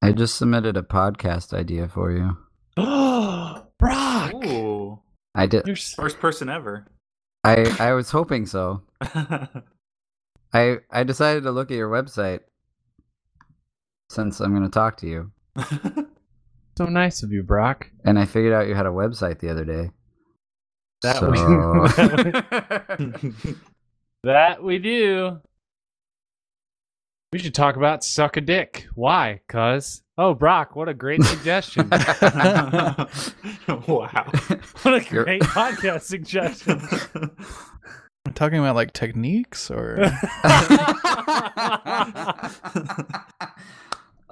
I just submitted a podcast idea for you. Oh, Brock! Ooh, I did. You're s- first person ever. I I was hoping so. I I decided to look at your website since I'm going to talk to you, so nice of you, Brock. and I figured out you had a website the other day. That so, was- That we do. We should talk about suck a dick. Why? Cuz. Oh, Brock, what a great suggestion. wow. what a You're- great podcast suggestion. We're talking about like techniques or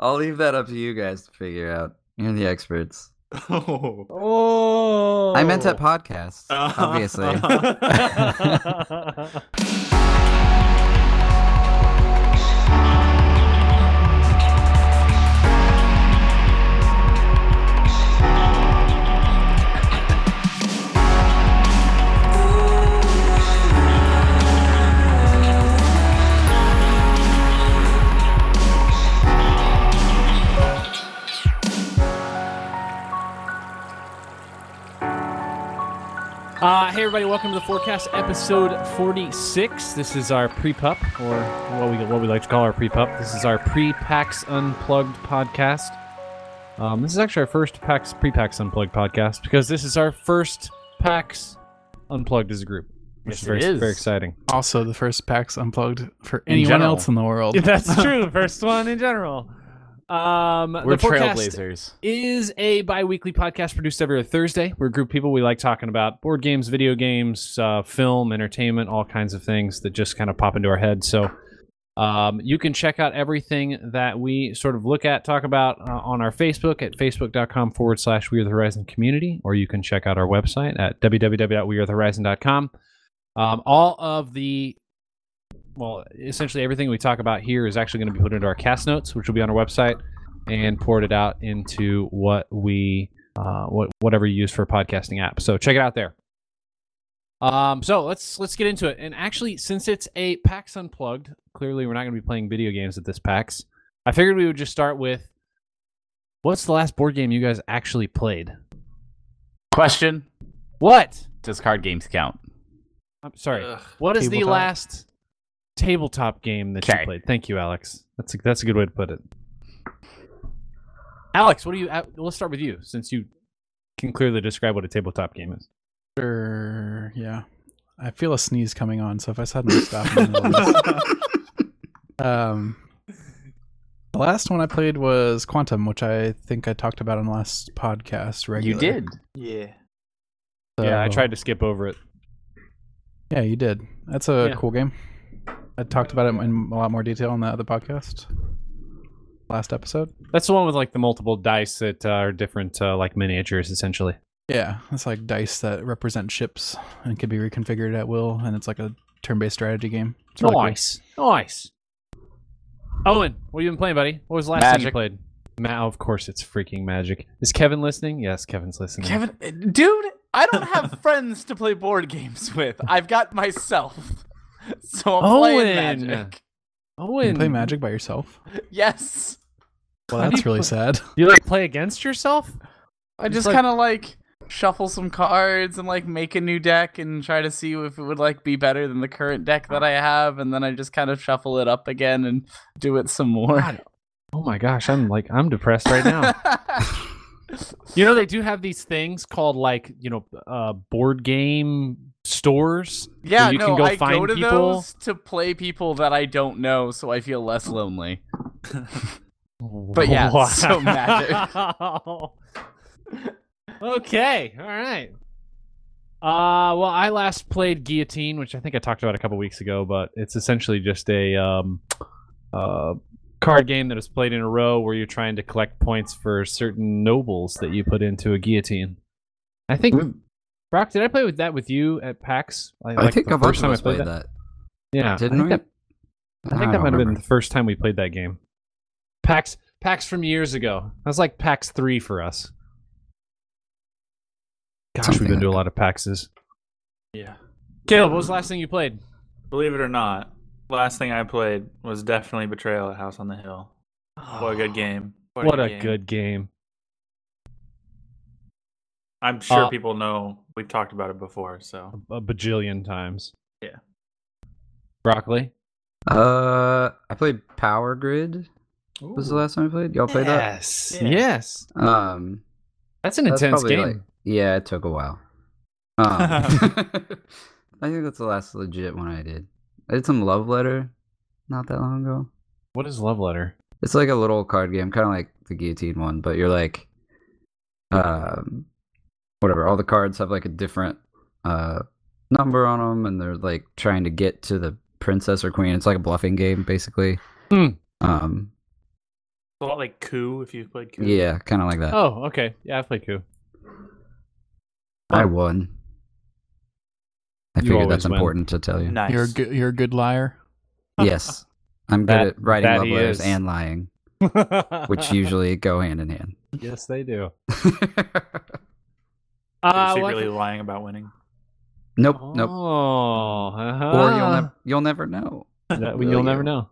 I'll leave that up to you guys to figure out. You're the experts. oh. oh. I meant at podcasts, obviously. Uh, hey everybody, welcome to the forecast episode 46. This is our pre-pup, or what we what we like to call our pre-pup. This is our pre-PAX Unplugged podcast. Um, this is actually our first PAX pre-PAX Unplugged podcast because this is our first PAX Unplugged as a group, which Yes, is very it is. very exciting. also the first PAX unplugged for In anyone general. else in the world. That's true. First one in general. Um, We're the forecast trailblazers. is a bi-weekly podcast produced every Thursday. We're a group of people. We like talking about board games, video games, uh, film, entertainment, all kinds of things that just kind of pop into our head. So um, you can check out everything that we sort of look at, talk about uh, on our Facebook at facebook.com forward slash We Are The Horizon Community, or you can check out our website at www.wearethehorizon.com. Um, all of the well, essentially everything we talk about here is actually going to be put into our cast notes, which will be on our website and poured it out into what we uh, what whatever you use for a podcasting app. So check it out there. Um, so let's let's get into it. And actually, since it's a PAX Unplugged, clearly we're not going to be playing video games at this PAX. I figured we would just start with what's the last board game you guys actually played? Question: What? Does card games count? I'm sorry. what is the Tabletop. last tabletop game that Okay. you played? Thank you, Alex. That's a, that's a good way to put it. Alex, what do you? Uh, let's start with you, since you can clearly describe what a tabletop game is. Sure, yeah. I feel a sneeze coming on, so if I suddenly stop, in the middle of this- um, the last one I played was Quantum, which I think I talked about on the last podcast. Regular. You did. yeah. yeah, I Uh-huh. So- tried to skip over it. Yeah, you did. That's a Yeah. cool game. I talked about it in a lot more detail on the other podcast, last episode. That's the one with like the multiple dice that uh, are different, uh, like miniatures, essentially. Yeah, it's like dice that represent ships and can be reconfigured at will, and it's like a turn-based strategy game. It's really cool. nice, nice. Owen, what have you been playing, buddy? What was the last thing you Magic. played? Ma- of course, it's freaking magic. Is Kevin listening? Yes, Kevin's listening. Kevin, dude, I don't have friends to play board games with. I've got myself. So I'm Owen. playing Magic. You Owen, can play Magic by yourself. Yes. Well, How do that's you really play- sad. You like play against yourself? I It's just like- kind of like shuffle some cards and like make a new deck and try to see if it would like be better than the current deck that I have and then I just kind of shuffle it up again and do it some more. God. Oh my gosh, I'm like I'm depressed right now. you know they do have these things called like you know uh, board game stores. yeah, you no, can go I find go to people. those to play people that I don't know so I feel less lonely. But yeah, so magic. okay, all right. Uh, well, I last played Guillotine, which I think I talked about a couple weeks ago, but it's essentially just a um, uh, card game that is played in a row where you're trying to collect points for certain nobles that you put into a guillotine. I think, Brock, did I play with that with you at PAX? Like, I like think the a bunch first of time us I played that. Yeah, I didn't think we? that- I think that don't might have been remember. the first time we played that game. PAX PAX from years ago. That was like PAX three for us. Gosh, Something we've been like to a that. lot of PAXs. Yeah. Caleb, what was the last thing you played? Believe it or not, last thing I played was definitely Betrayal at House on the Hill. What a good game. What, what a game. good game. I'm sure Uh, people know we've talked about it before, so A bajillion times. Yeah. Broccoli? Uh, I played Power Grid. Was the last time I played? Y'all played Yes. Yeah. Yes. that? Um, That's an that's intense probably, game. like- yeah, it took a while. Um, I think that's the last legit one I did. I did some Love Letter not that long ago. What is Love Letter? It's like a little card game, kind of like the guillotine one, but you're like, um, whatever. All the cards have like a different uh number on them, and they're like trying to get to the princess or queen. It's like a bluffing game, basically. Mm. Um, a lot like Coup if you played Coup. yeah, kind of like that. Oh, okay. Yeah, I've played Coup. I won. I You figure that's always win. important to tell you. Nice. You're a good, you're a good liar. Yes, I'm good That- at writing that love he letters is. and lying, which usually go hand in hand. Yes, they do. You're Uh, well, I secretly can- lying about winning. nope, nope. Oh, Or you'll uh-huh. never, you'll never know. That- Will you'll never you? know.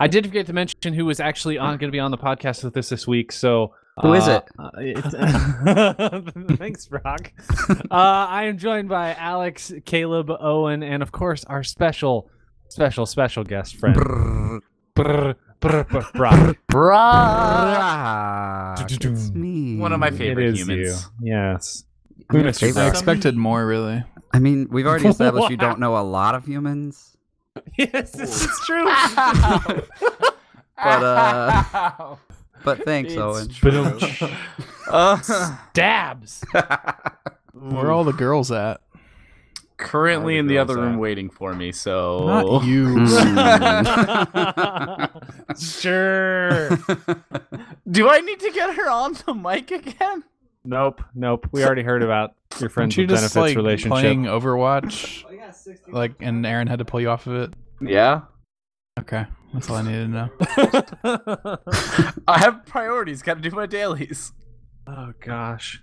I did forget to mention who was actually on going to be on the podcast with us this week. So Who is it? uh, it- thanks, Brock. Uh, I am joined by Alex, Caleb, Owen, and of course our special, special, special guest friend, Brr, brr, brr, Brock. Bruh. Brock, it's me. One of my it favorite is humans. you. Yes. I mean, We missed you, favorite- I Some- expected more, really. I mean, we've already established you Wow. don't know a lot of humans. Yes, this is true. Ow. But, uh, Ow. But thanks, It's Owen. true. Uh, Dabs. Where are all the girls at? currently All the in the girls other out. room waiting for me, so Oh. Not Hmm. you. Mm, sure. Do I need to get her on the mic again? Nope, nope. We already heard about your friends Aren't you with benefits just like relationship. playing Overwatch, like, and Aaron had to pull you off of it. Yeah. Okay, that's all I needed to know. I have priorities, gotta do my dailies. oh gosh.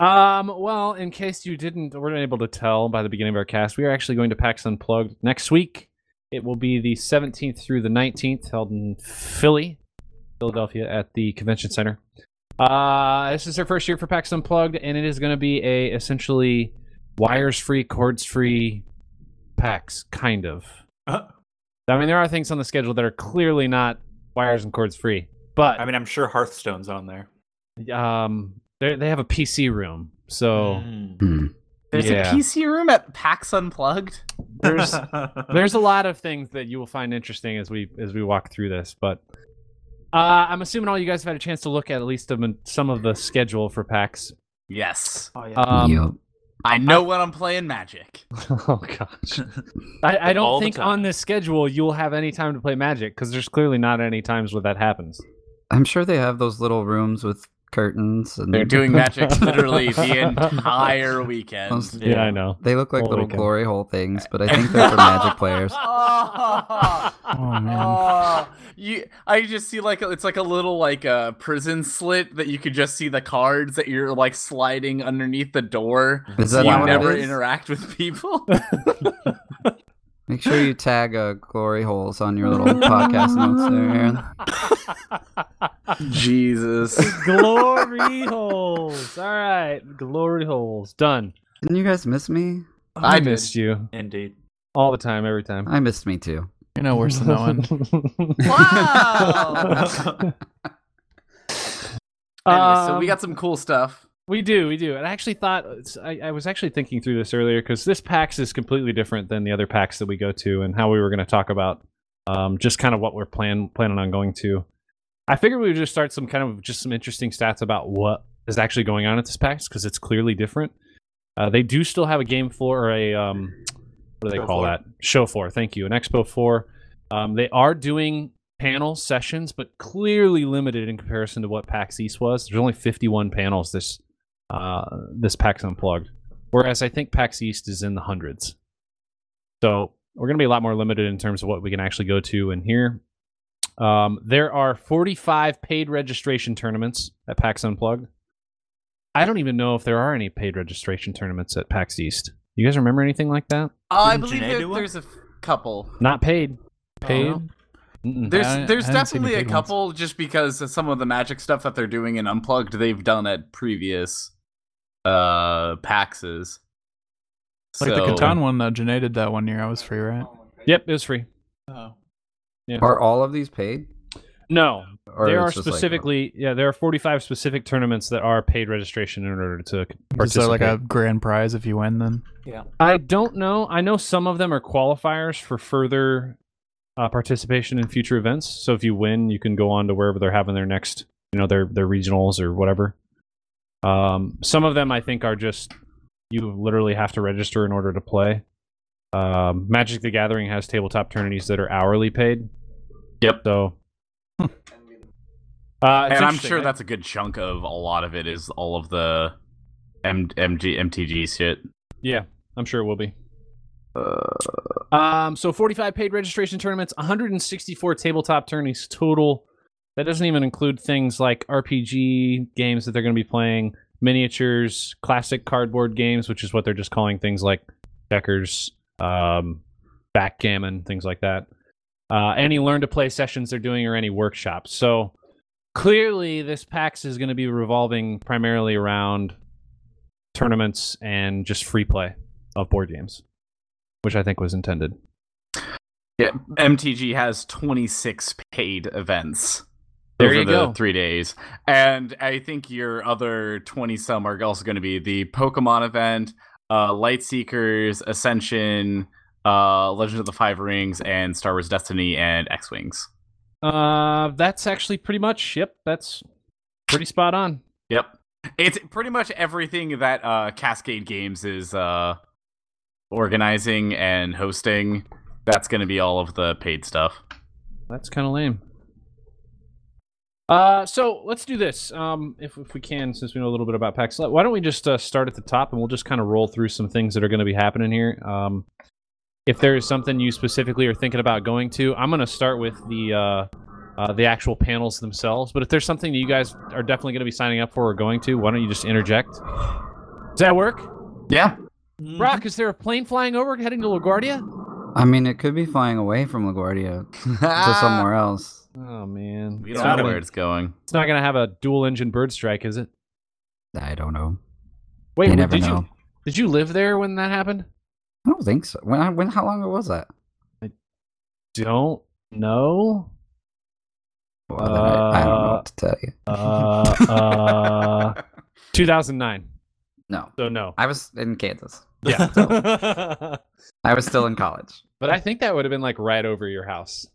Um. Well, in case you didn't, or weren't able to tell by the beginning of our cast, we are actually going to PAX Unplugged next week. It will be the 17th through the 19th, held in Philly, Philadelphia, at the Convention Center. Uh, this is our first year for PAX Unplugged, and it is going to be a essentially wires-free, cords-free PAX, kind of. Uh, I mean, there are things on the schedule that are clearly not wires and cords free, but I mean, I'm sure Hearthstone's on there. um, they they have a PC room, so Mm. Hmm. There's Yeah. a PC room at PAX Unplugged. there's there's a lot of things that you will find interesting as we as we walk through this. But uh, I'm assuming all you guys have had a chance to look at at least of some of the schedule for PAX. Yes. Oh, yeah. Um, Yup. I know when I'm playing Magic. Oh gosh, I, I All don't the think time. on this schedule you'll have any time to play Magic because there's clearly not any times where that happens. I'm sure they have those little rooms with curtains and They're doing Magic literally the entire Most- weekend. Yeah, I know. they look like Holy little cow. glory hole things, but I think they're for magic players. Oh. Oh man, Oh, you! I just see like a- it's like a little like a uh, prison slit that you could just see the cards that you're like sliding underneath the door. Is So that you not what never it is? interact with people. Make sure you tag uh, glory holes on your little podcast notes there, Aaron. Jesus. glory holes. All right, glory holes. Done. Didn't you guys miss me? I did. missed you Indeed. all the time, every time. I missed me too. you're no worse than Owen. Wow. Oh. anyway, Um, so we got some cool stuff. we do, we do. And I actually thought I, I was actually thinking through this earlier because this PAX is completely different than the other PAX that we go to, and how we were going to talk about um, just kind of what we're plan planning on going to. I figured we would just start some kind of just some interesting stats about what is actually going on at this PAX because it's clearly different. Uh, they do still have a game floor or a um, what do they Show call floor. that? Show floor. Thank you. An expo floor. Um, they are doing panel sessions, but clearly limited in comparison to what PAX East was. There's only 51 panels this uh, this PAX Unplugged, whereas I think PAX East is in the hundreds. So we're going to be a lot more limited in terms of what we can actually go to and hear. Um, there are 45 paid registration tournaments at PAX Unplugged. I don't even know if there are any paid registration tournaments at PAX East. You guys remember anything like that? Uh, I Didn't believe Janae there, do one? there's a f- couple. Not paid. Oh, Paid? no? Mm-mm. I- There's there's I haven't seen the definitely a big ones. couple just because of some of the magic stuff that they're doing in Unplugged they've done at previous uh PAXs. Like the So- Catan one that Janae did that one year. I was free, right? Yep, it was free. Oh. Are all of these paid? No, Or there it's are just like- specifically yeah, there are 45 specific tournaments that are paid registration in order to Is there like participate. a grand prize if you win? Then I don't know. I know some of them are qualifiers for further uh, participation in future events. So if you win, you can go on to wherever they're having their next, you know, their their regionals or whatever. Um, some of them I think are just you literally have to register in order to play. Um, Magic the Gathering has tabletop tourneys that are hourly paid. Yep. So. Uh, it's Hmm. and I'm interesting. sure that's a good chunk of a lot of it is all of the M- MG MTG shit. Yeah, I'm sure it will be. Um, so 45 paid registration tournaments, 164 tabletop tourneys total. That doesn't even include things like RPG games that they're going to be playing, miniatures, classic cardboard games, which is what they're just calling things like checkers, um, backgammon, things like that. Uh, any learn to play sessions they're doing or any workshops. So clearly, this PAX is going to be revolving primarily around tournaments and just free play of board games, which I think was intended. Yeah, MTG has 26 paid events. There over you the go. Three days, and I think your other 20 some are also going to be the Pokemon event, uh, Lightseekers, Ascension, uh, Legend of the Five Rings, and Star Wars Destiny and X Wings. Uh, that's actually pretty much. Yep, that's pretty spot on. Yep, it's pretty much everything that uh, Cascade Games is uh, organizing and hosting. That's going to be all of the paid stuff. That's kind of lame. Uh, so let's do this. Um, if, if we can, since we know a little bit about PAX, why don't we just uh, start at the top and we'll just kind of roll through some things that are going to be happening here. Um, if there is something you specifically are thinking about going to, I'm going to start with the uh, uh, the actual panels themselves. But if there's something that you guys are definitely going to be signing up for or going to, why don't you just interject? Does that work? Mm-hmm. Yeah, Brock, is there a plane flying over heading to LaGuardia? I mean, it could be flying away from LaGuardia to somewhere else. Oh man, We it's don't not, know gonna, where it's going. it's not gonna have a dual engine bird strike, is it? I don't know. Wait, you wh- never did know. you did you live there when that happened? I don't think so. When? I, when? How long ago was that? Don't know. Well, then I, I don't know Uh, what to tell you. Uh, uh, 2009. No, So no. I was in Kansas. Yeah. I was still in college. but I think that would have been like right over your house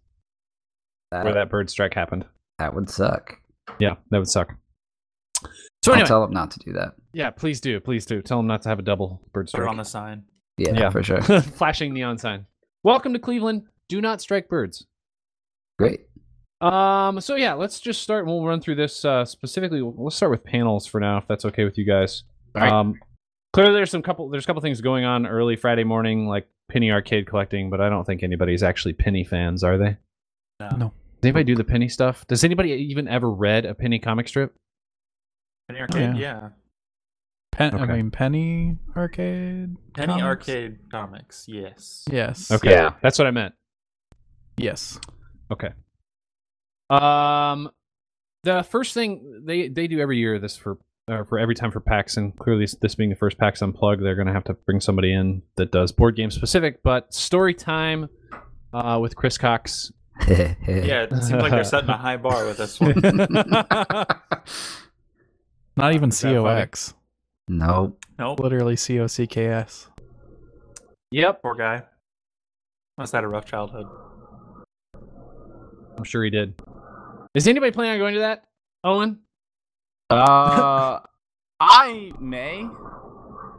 That, where that bird strike happened. that would suck. Yeah, that would suck. So I'll anyway, tell them not to do that. yeah, please do, please do. Tell them not to have a double bird Put it strike. on the sign. Yeah, Yeah. for sure. flashing neon sign. Welcome to Cleveland. Do not strike birds. Great. Um. So yeah, let's just start. We'll run through this uh, specifically. Let's start with panels for now, if that's okay with you guys. All right. Um. Clearly, there's some couple. There's a couple things going on early Friday morning, like penny arcade collecting. But I don't think anybody's actually penny fans, are they? No. No. Does anybody do the penny stuff? Does anybody even ever read a penny comic strip? Penny Arcade, yeah. yeah. Pen- Okay. I mean Penny Arcade. Penny Comics? Arcade Comics, yes. Yes. Okay. Yeah. That's what I meant. Yes. Okay. Um, the first thing they they do every year this for uh, for every time for PAX, and clearly this- this being the first PAX unplug, they're going to have to bring somebody in that does board game specific. But story time uh, with Chris Cox. Yeah, it seems like they're setting a high bar with this one. Not even that funny? COX. Nope. nope. Literally COCKS. Yep, Poor guy. Must have had a rough childhood. I'm sure he did. Is anybody planning on going to that? Owen, Uh, I may.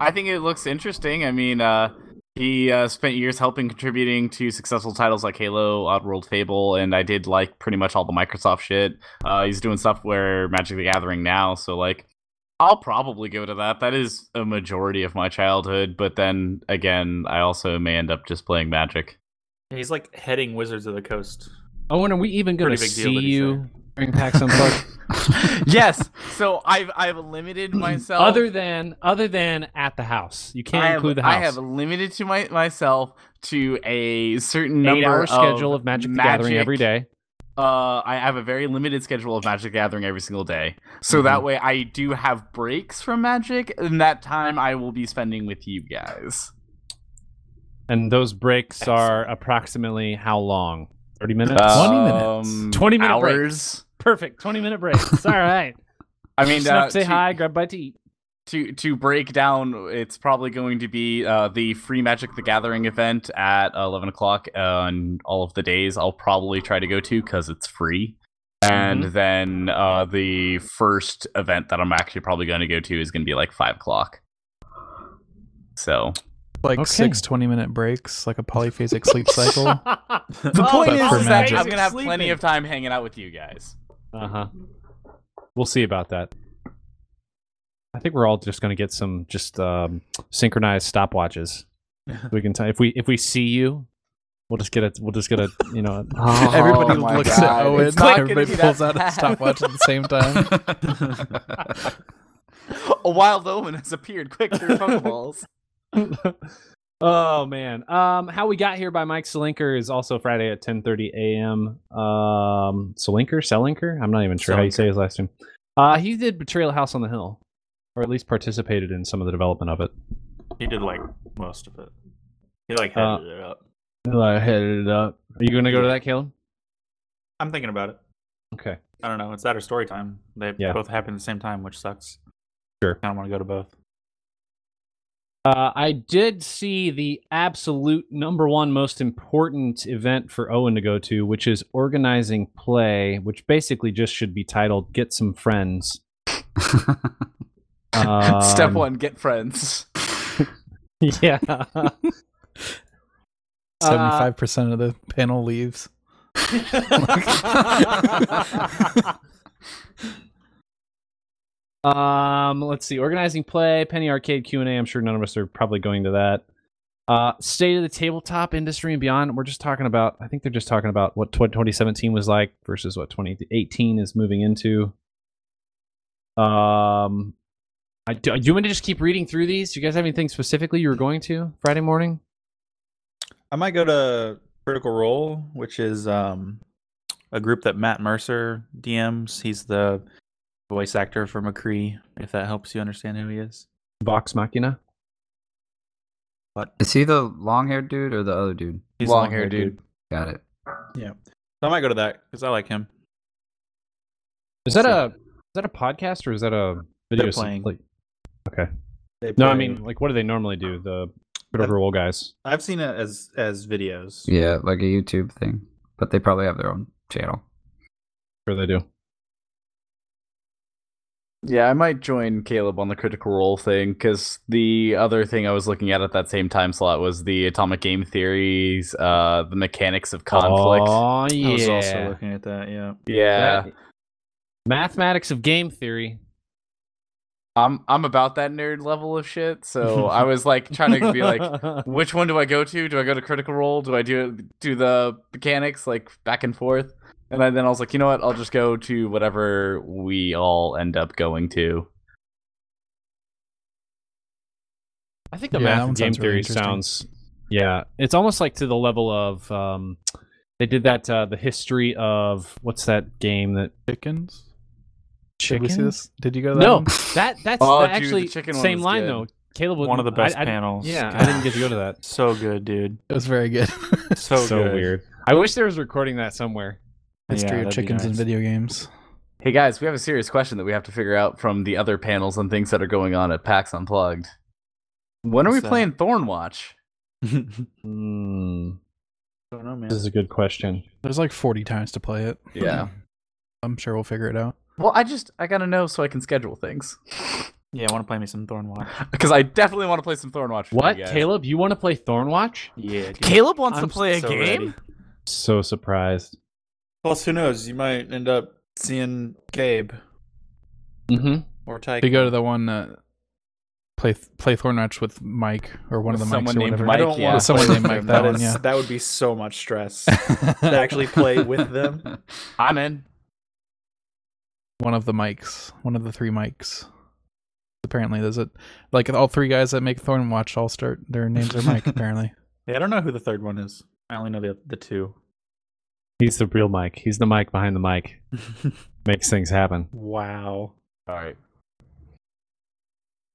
I think it looks interesting. I mean, uh, he uh, spent years helping contributing to successful titles like Halo, Oddworld, Fable, and I did like pretty much all the Microsoft shit. Uh, he's doing stuff where Magic the Gathering now, so like, I'll probably go to that. That is a majority of my childhood, but then again, I also may end up just playing Magic. He's like heading Wizards of the Coast. Owen, are we even going to Pretty big deal see that he's you during PAX unplug? yes, so I've I've limited myself. other than other than at the house, you can't I have, include the I house. have limited to my myself to a certain eight number hour of schedule of Magic the Gathering Magic every day. uh, I have a very limited schedule of Magic the Gathering every single day. So Mm-hmm. that way I do have breaks from Magic, and that time I will be spending with you guys. And those breaks are approximately how long? 30 minutes? Uh, 20 minutes. 20 minute Um, hours. Perfect. 20 minute breaks. It's all right. I mean, Just enough uh, to say to- hi, grab a bite to eat. to to break down, it's probably going to be uh, the free Magic the Gathering event at eleven o'clock on all of the days. I'll probably try to go to because it's free, and then uh, the first event that I'm actually probably going to go to is going to be like five o'clock. So Like Okay. six 20 minute breaks, like a polyphasic sleep cycle. Uh-huh. the point but is, for is that Magic. I'm going to have plenty of time hanging out with you guys. Uh huh. We'll see about that. I think we're all just going to get some just um, synchronized stopwatches. We can t- if we if we see you, we'll just get a we'll just get a you know. Everybody Oh my looks God. at Owen. It's not gonna everybody be that pulls out a bad. stopwatch at the same time. A wild omen has appeared. Quick, through Pokeballs. oh man, um, how we got here by Mike Selinker is also Friday at 10:30 a.m. Um, Selinker, Selinker, I'm not even sure how you say his last name. Uh, he did Betrayal of House on the Hill, or at least participated in some of the development of it. He did like most of it. He like Uh, headed it up. I headed it up. Are you gonna go to that, Caleb? I'm thinking about it. Okay. I don't know. It's that or story time. They Yeah. both happen at the same time, which sucks. Sure. I don't want to go to both. Uh, I did see the absolute number one most important event for Owen to go to, which is organizing play, which basically just should be titled "Get Some Friends." Step Um, one: get friends. Yeah. Uh, 75% of the panel leaves. um, let's see. Organizing play, Penny Arcade Q and A. I'm sure none of us are probably going to that. Uh, state of the tabletop industry and beyond. We're just talking about. I think they're just talking about what 20 2017 was like versus what 2018 is moving into. Um, I do, do you want me to just keep reading through these? Do you guys have anything specifically you were going to Friday morning? I might go to Critical Role, which is um, a group that Matt Mercer DMs. He's the voice actor for McCree, if that helps you understand who he is. Vox Machina. But Is he the long haired dude or the other dude? he's a Long-haired long-haired dude. Got it. So I might go to that because I like him. Is that a So- is that a podcast or is that a video They're sim- playing. like- They No, I play- mean like what do they normally do? The whatever role guys. I've seen it as as videos. Yeah, like a YouTube thing. But they probably have their own channel. Sure they do. Yeah, I might join Caleb on the critical role thing because the other thing I was looking at at that same time slot was the atomic game theories, uh, the mechanics of conflict. Oh I was also yeah. looking at that. Yeah, yeah, That- Mathematics of game theory. I'm I'm about that nerd level of shit, so I was like trying to be like, which one do I go to? Do I go to critical role? Do I do do the mechanics like back and forth? And I, then I was like, you know what? I'll just go to whatever we all end up going to. I think the Yeah, that math one of game sounds really theory interesting. sounds yeah. It's almost like to the level of um they did that uh the history of what's that game that Chickens? Did we chicken? see this? Did you go to that No, one? that that's Oh, that dude, the actually chicken one same was line good. though. Caleb one of the wouldn't- best I- I- panels. Yeah, I God. didn't get to go to that. So good, dude. It was very good. So, so good. weird. I wish there was recording that somewhere. History of chickens and video games. Hey guys, we have a serious question that we have to figure out from the other panels and things that are going on at PAX Unplugged. When are we What's that? playing Thornwatch? video. I Hmm, This is a good question. There's like 40 times to play it. Yeah. I'm sure we'll figure it out. Well, I just I gotta know so I can schedule things Yeah, I want to play me some Thornwatch. because I definitely want to play some Thornwatch. with What, you guys. Caleb? You want to play Thornwatch? Yeah, dude. Caleb wants I'm to play a so game. ready. So surprised. Plus, who knows? You might end up seeing Gabe Mm-hmm. or Tyke. We go to the one that play play Thornwatch with Mike or one With of the mics someone or named whatever. I don't Mike, want yeah. to Someone play named with Mike, them. that That one, is- yeah. that would be so much stress to actually play with them. I'm in. one of the mics, one of the three mics. Apparently, there's a like all three guys that make Thornwatch all start. Their names are Mike. apparently, Yeah, I don't know who the third one is. I only know the the two. He's the real Mike. He's the Mike behind the mic. Makes things happen. Wow. All right.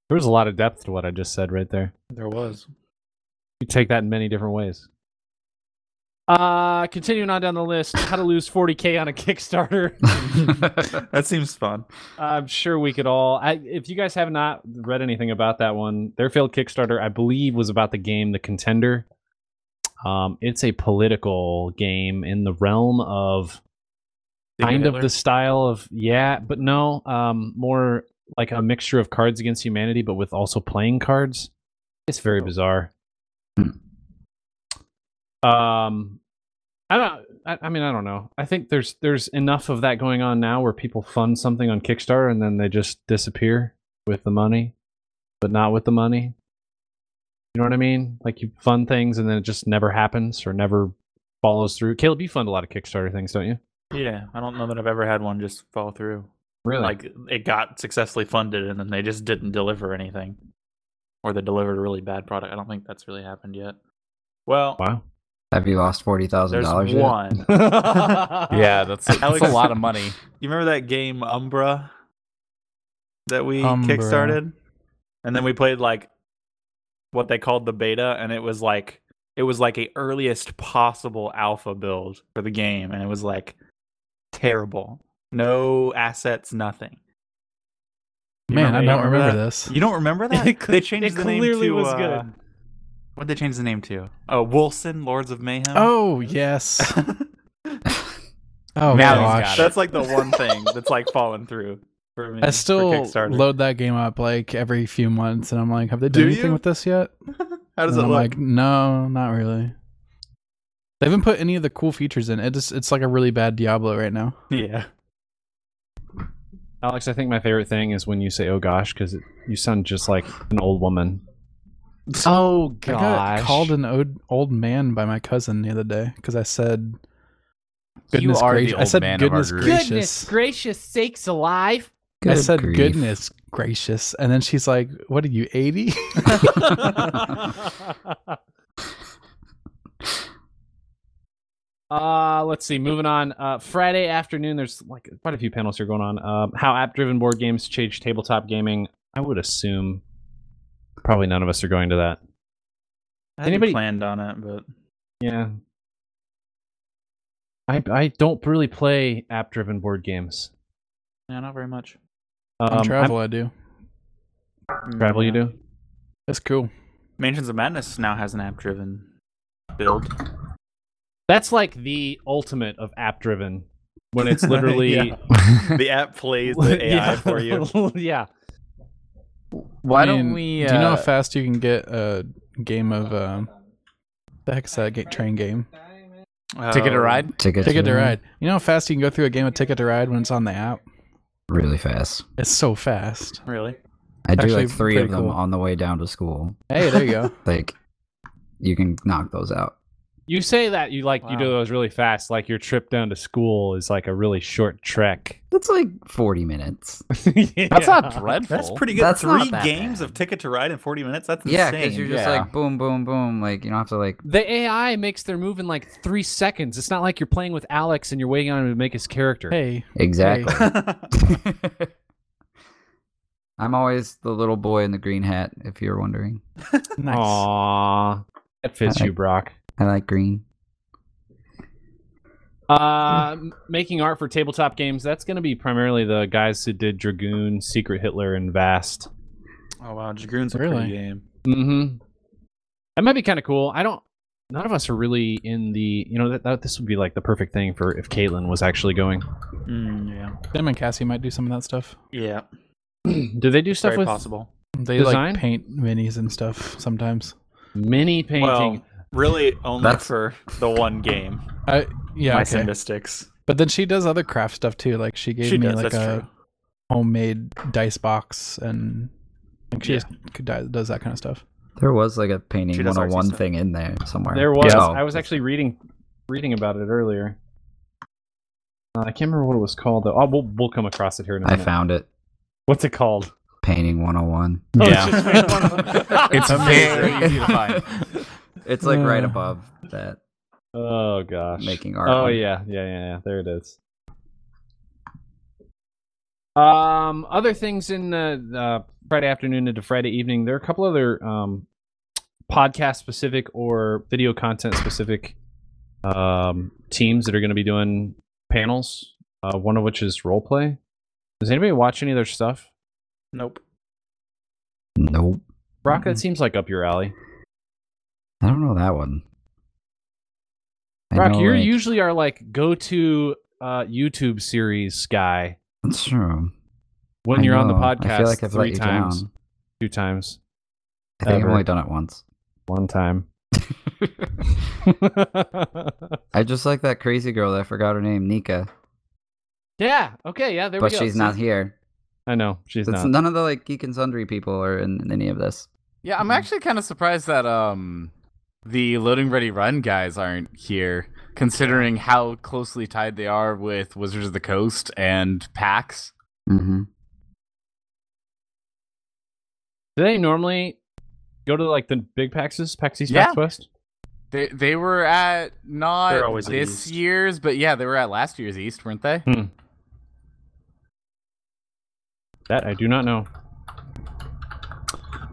There was a lot of depth to what I just said right there. There was. You take that in many different ways. Uh continuing on down the list, how to lose 40k on a Kickstarter. That seems fun. I'm sure we could all. I, if you guys have not read anything about that one, their failed Kickstarter, I believe, was about the game The Contender. Um, it's a political game in the realm of kind of the style of yeah, but no, um, more like a mixture of Cards Against Humanity, but with also playing cards. It's very bizarre. Um, I don't. I, I mean, I don't know. I think there's there's enough of that going on now where people fund something on Kickstarter and then they just disappear with the money, but not with the money. You know what I mean? Like you fund things and then it just never happens or never follows through. Caleb, you fund a lot of Kickstarter things, don't you? Yeah, I don't know that I've ever had one just fall through. Really? Like Like it got successfully funded and then they just didn't deliver anything, or they delivered a really bad product. I don't think that's really happened yet. Well, wow. Have you lost forty thousand there's dollars yet? one. Yeah, that's that's Alex- a lot of money. You remember that game Umbra that we Umbra. kickstarted? And then we played like what they called the beta and it was like it was like a earliest possible alpha build for the game and it was like terrible. No assets, nothing. You Man, I you don't remember this. You don't remember that? It cl- they changed it the name clearly to was uh, good. What'd they change the name to? Oh, Wilson, Lords of Mayhem. Oh yes. Oh Now he's gosh. got it. That's like the one thing that's like fallen through for me. I for still Kickstarter. load that game up like every few months, and I'm like, have they done Do anything you? with this yet? How does it and I'm look? like, no, not really. They haven't put any of the cool features in. It just it's like a really bad Diablo right now. yeah. Alex, I think my favorite thing is when you say "Oh gosh" because you sound just like an old woman. Oh I got called an old, old man by my cousin the other day because I said goodness are the gracious. I old said man of our goodness group. gracious. gracious sakes alive! I Good said grief. goodness gracious, and then she's like, "What are you 80? uh, let's see. Moving on. Uh, Friday afternoon, there's like quite a few panels here going on. Um, how app-driven board games change tabletop gaming. I would assume probably none of us are going to that. I hadn't Anybody- planned on it, but Yeah. I I don't really play app-driven board games. yeah, not very much. Um, On travel, i do. I'm- travel, you Yeah. do. That's cool. Mansions of Madness now has an app-driven build. That's like the ultimate of app-driven when it's literally Yeah. The app plays Yeah. yeah. Why I mean, don't we? Uh, Do you know how fast you can get a game of um, the heck's that ga- train game? ticket Oh, a ride? Ticket, Ticket to Ride. Ride. You know how fast you can go through a game of Ticket to Ride when it's on the app? Really fast. It's so fast. Really? I do Actually, like three of pretty them cool. on the way down to school. Hey, there you go. Like, you can knock those out. You say that you like you do Wow. those really fast, like your trip down to school is like a really short trek. That's like forty minutes. That's not dreadful. That's pretty good. That's not Three that games bad. of Ticket to Ride in 40 minutes. That's Yeah, insane. because you're just Yeah. like boom, boom, boom. Like you don't have to like. The AI makes their move in like three seconds. It's not like you're playing with Alex and you're waiting on him to make his character. Hey, Exactly. I'm always the little boy in the green hat. If you're wondering, nice. Aww. That fits I- you, Brock. I like green. Uh, m- making art for tabletop games, that's going to be primarily the guys who did Dragoon, Secret Hitler, and Vast. oh wow, Dragoon's a a pretty pretty game. Mm-hmm. That might be kind of cool. I don't. None of us are really in the. You know that, that this would be like the perfect thing for if Caitlin was actually going. Mm, yeah. Them and Cassie might do some of that stuff. Yeah. Do they do stuff very with possible. They Design? like paint minis and stuff sometimes. mini painting? Well, really only That's- for the one game. I yeah, My okay. Mystics. But then she does other craft stuff too. Like she gave She me does, like that's a true. homemade dice box, and like she Yeah. just could di- does that kind of stuff. There was like a painting She does artsy 101 stuff. thing in there somewhere. there was. Oh. I was actually reading reading about it earlier. Uh, I can't remember what it was called though. Oh, we'll we'll come across it here in a I minute. found it. What's it called? Oh, Painting 101. Yeah. it's It's very easy to find. it's like right Uh. above that. Oh gosh. making art. Oh on. yeah, yeah, yeah, yeah. There it is. Um, other things in the uh, Friday afternoon into Friday evening. There are a couple other um, podcast specific or video content specific um, teams that are going to be doing panels. Uh, one of which is role play. Does anybody watch any of their stuff? Nope. Nope. Brock, that seems like up your alley. I don't know that one. I Brock, know, you're like- usually our like go to uh, YouTube series guy That's true. when I you're on the know. podcast I feel like I've three let you times, down. two times, I think Ever. I've only done it once. one time. I just like that crazy girl that I forgot her name, Nika, yeah. Okay. Yeah. There but we go. she's not here. I know she's It's not. none of the like geek and sundry people are in, in any of this. Yeah, Hmm. I'm actually kind of surprised that um the loading ready run guys aren't here, considering how closely tied they are with Wizards of the Coast and PAX. Mm-hmm. Do they normally go to like the big PAXs, PAX East, Yeah. PAX West? They they were at They're not always at this East. year's, but yeah, they were at last year's East, weren't they? That I do not know.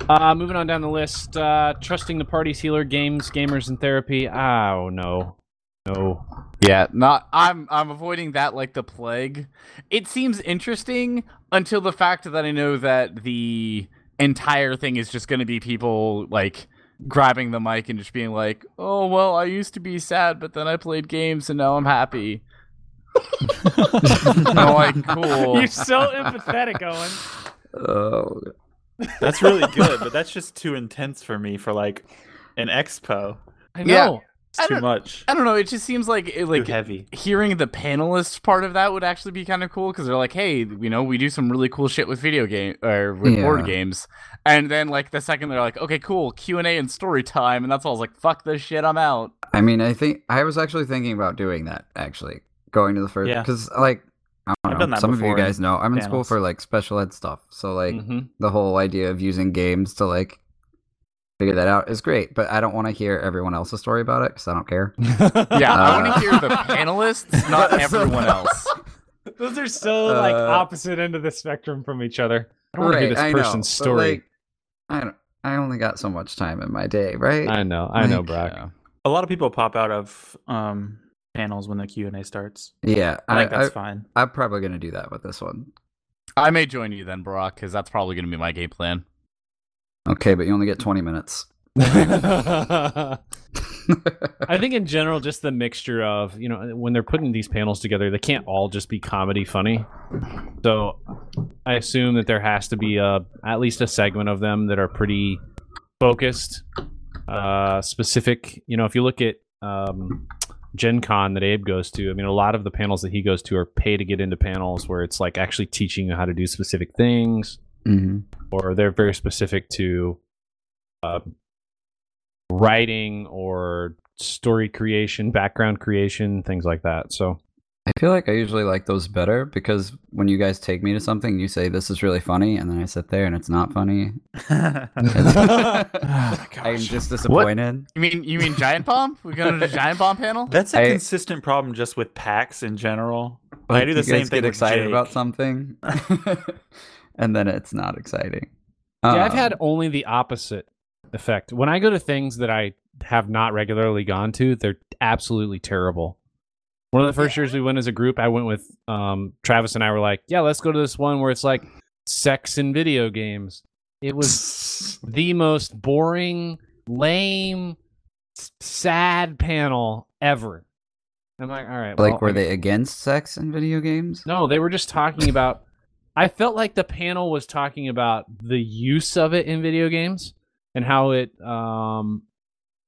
Uh, moving on down the list, uh, trusting the parties, healer, games, gamers, and therapy. Oh no, no. Yeah, not I'm I'm avoiding that like the plague. It seems interesting until the fact that I know that the entire thing is just going to be people like grabbing the mic and just being like, "Oh, well, I used to be sad, but then I played games and now I'm happy." I'm like, "Cool." so empathetic, Owen. Oh, That's really good, but that's just too intense for me for like an expo. I know. Yeah. I It's too don't- much. I don't know, it just seems like it, Too like heavy. hearing the panelists part of that would actually be kind of cool because they're like, hey, you know, we do some really cool shit with video game or with board Yeah. games, and then like the second they're like, okay, cool, Q and A and story time, and that's all. I was like, fuck this shit, I'm out. I mean, I think I was actually thinking about doing that. Actually, going to the first Yeah. because like I I've don't done know. that Some before of you guys in know I'm in school panels. for like special ed stuff, so like hmm the whole idea of using games to like figure that out is great. But I don't want to hear everyone else's story about it because I don't care. Mm-hmm. Yeah, I Uh. want to hear the panelists, not everyone else. Those are so like Uh, opposite end of the spectrum from each other. I don't want to hear Right, this I know, person's but, story. like, I don't. I only got so much time in my day, right? I know, I know, like, Brock. A lot of people pop out of um panels when the Q and A starts. yeah, I, I, think I, that's fine. I'm probably gonna do that with this one. I may join you then, Brock, because that's probably going to be my game plan. Okay, but you only get 20 minutes. I think in general, just the mixture of you know when they're putting these panels together, they can't all just be comedy funny. So I assume that there has to be a at least a segment of them that are pretty focused, uh, specific. You know, if you look at um, Gen Con that Abe goes to, I mean, a lot of the panels that he goes to are pay to get into panels where it's like actually teaching you how to do specific things hmm or they're very specific to uh, writing or story creation, background creation, things like that. So I feel like I usually like those better because when you guys take me to something, you say this is really funny, and then I sit there and it's not funny. Ah, I'm just disappointed. You mean you mean Giant Bomb? We're going to the Giant Bomb panel? that's a I- consistent problem just with PAX in general. I do the you same guys thing Get with excited about Jake. something, and then it's not exciting. yeah, I've Um, had only the opposite effect. When I go to things that I have not regularly gone to, they're absolutely terrible. One of the first years we went as a group, I went with um, Travis and I were like, yeah, let's go to this one where it's like sex and video games. It was the most boring, lame, s- sad panel ever. I'm like, all right. well, Like, were I- they against sex in video games? No, they were just talking about. I felt like the panel was talking about the use of it in video games and how it. Um,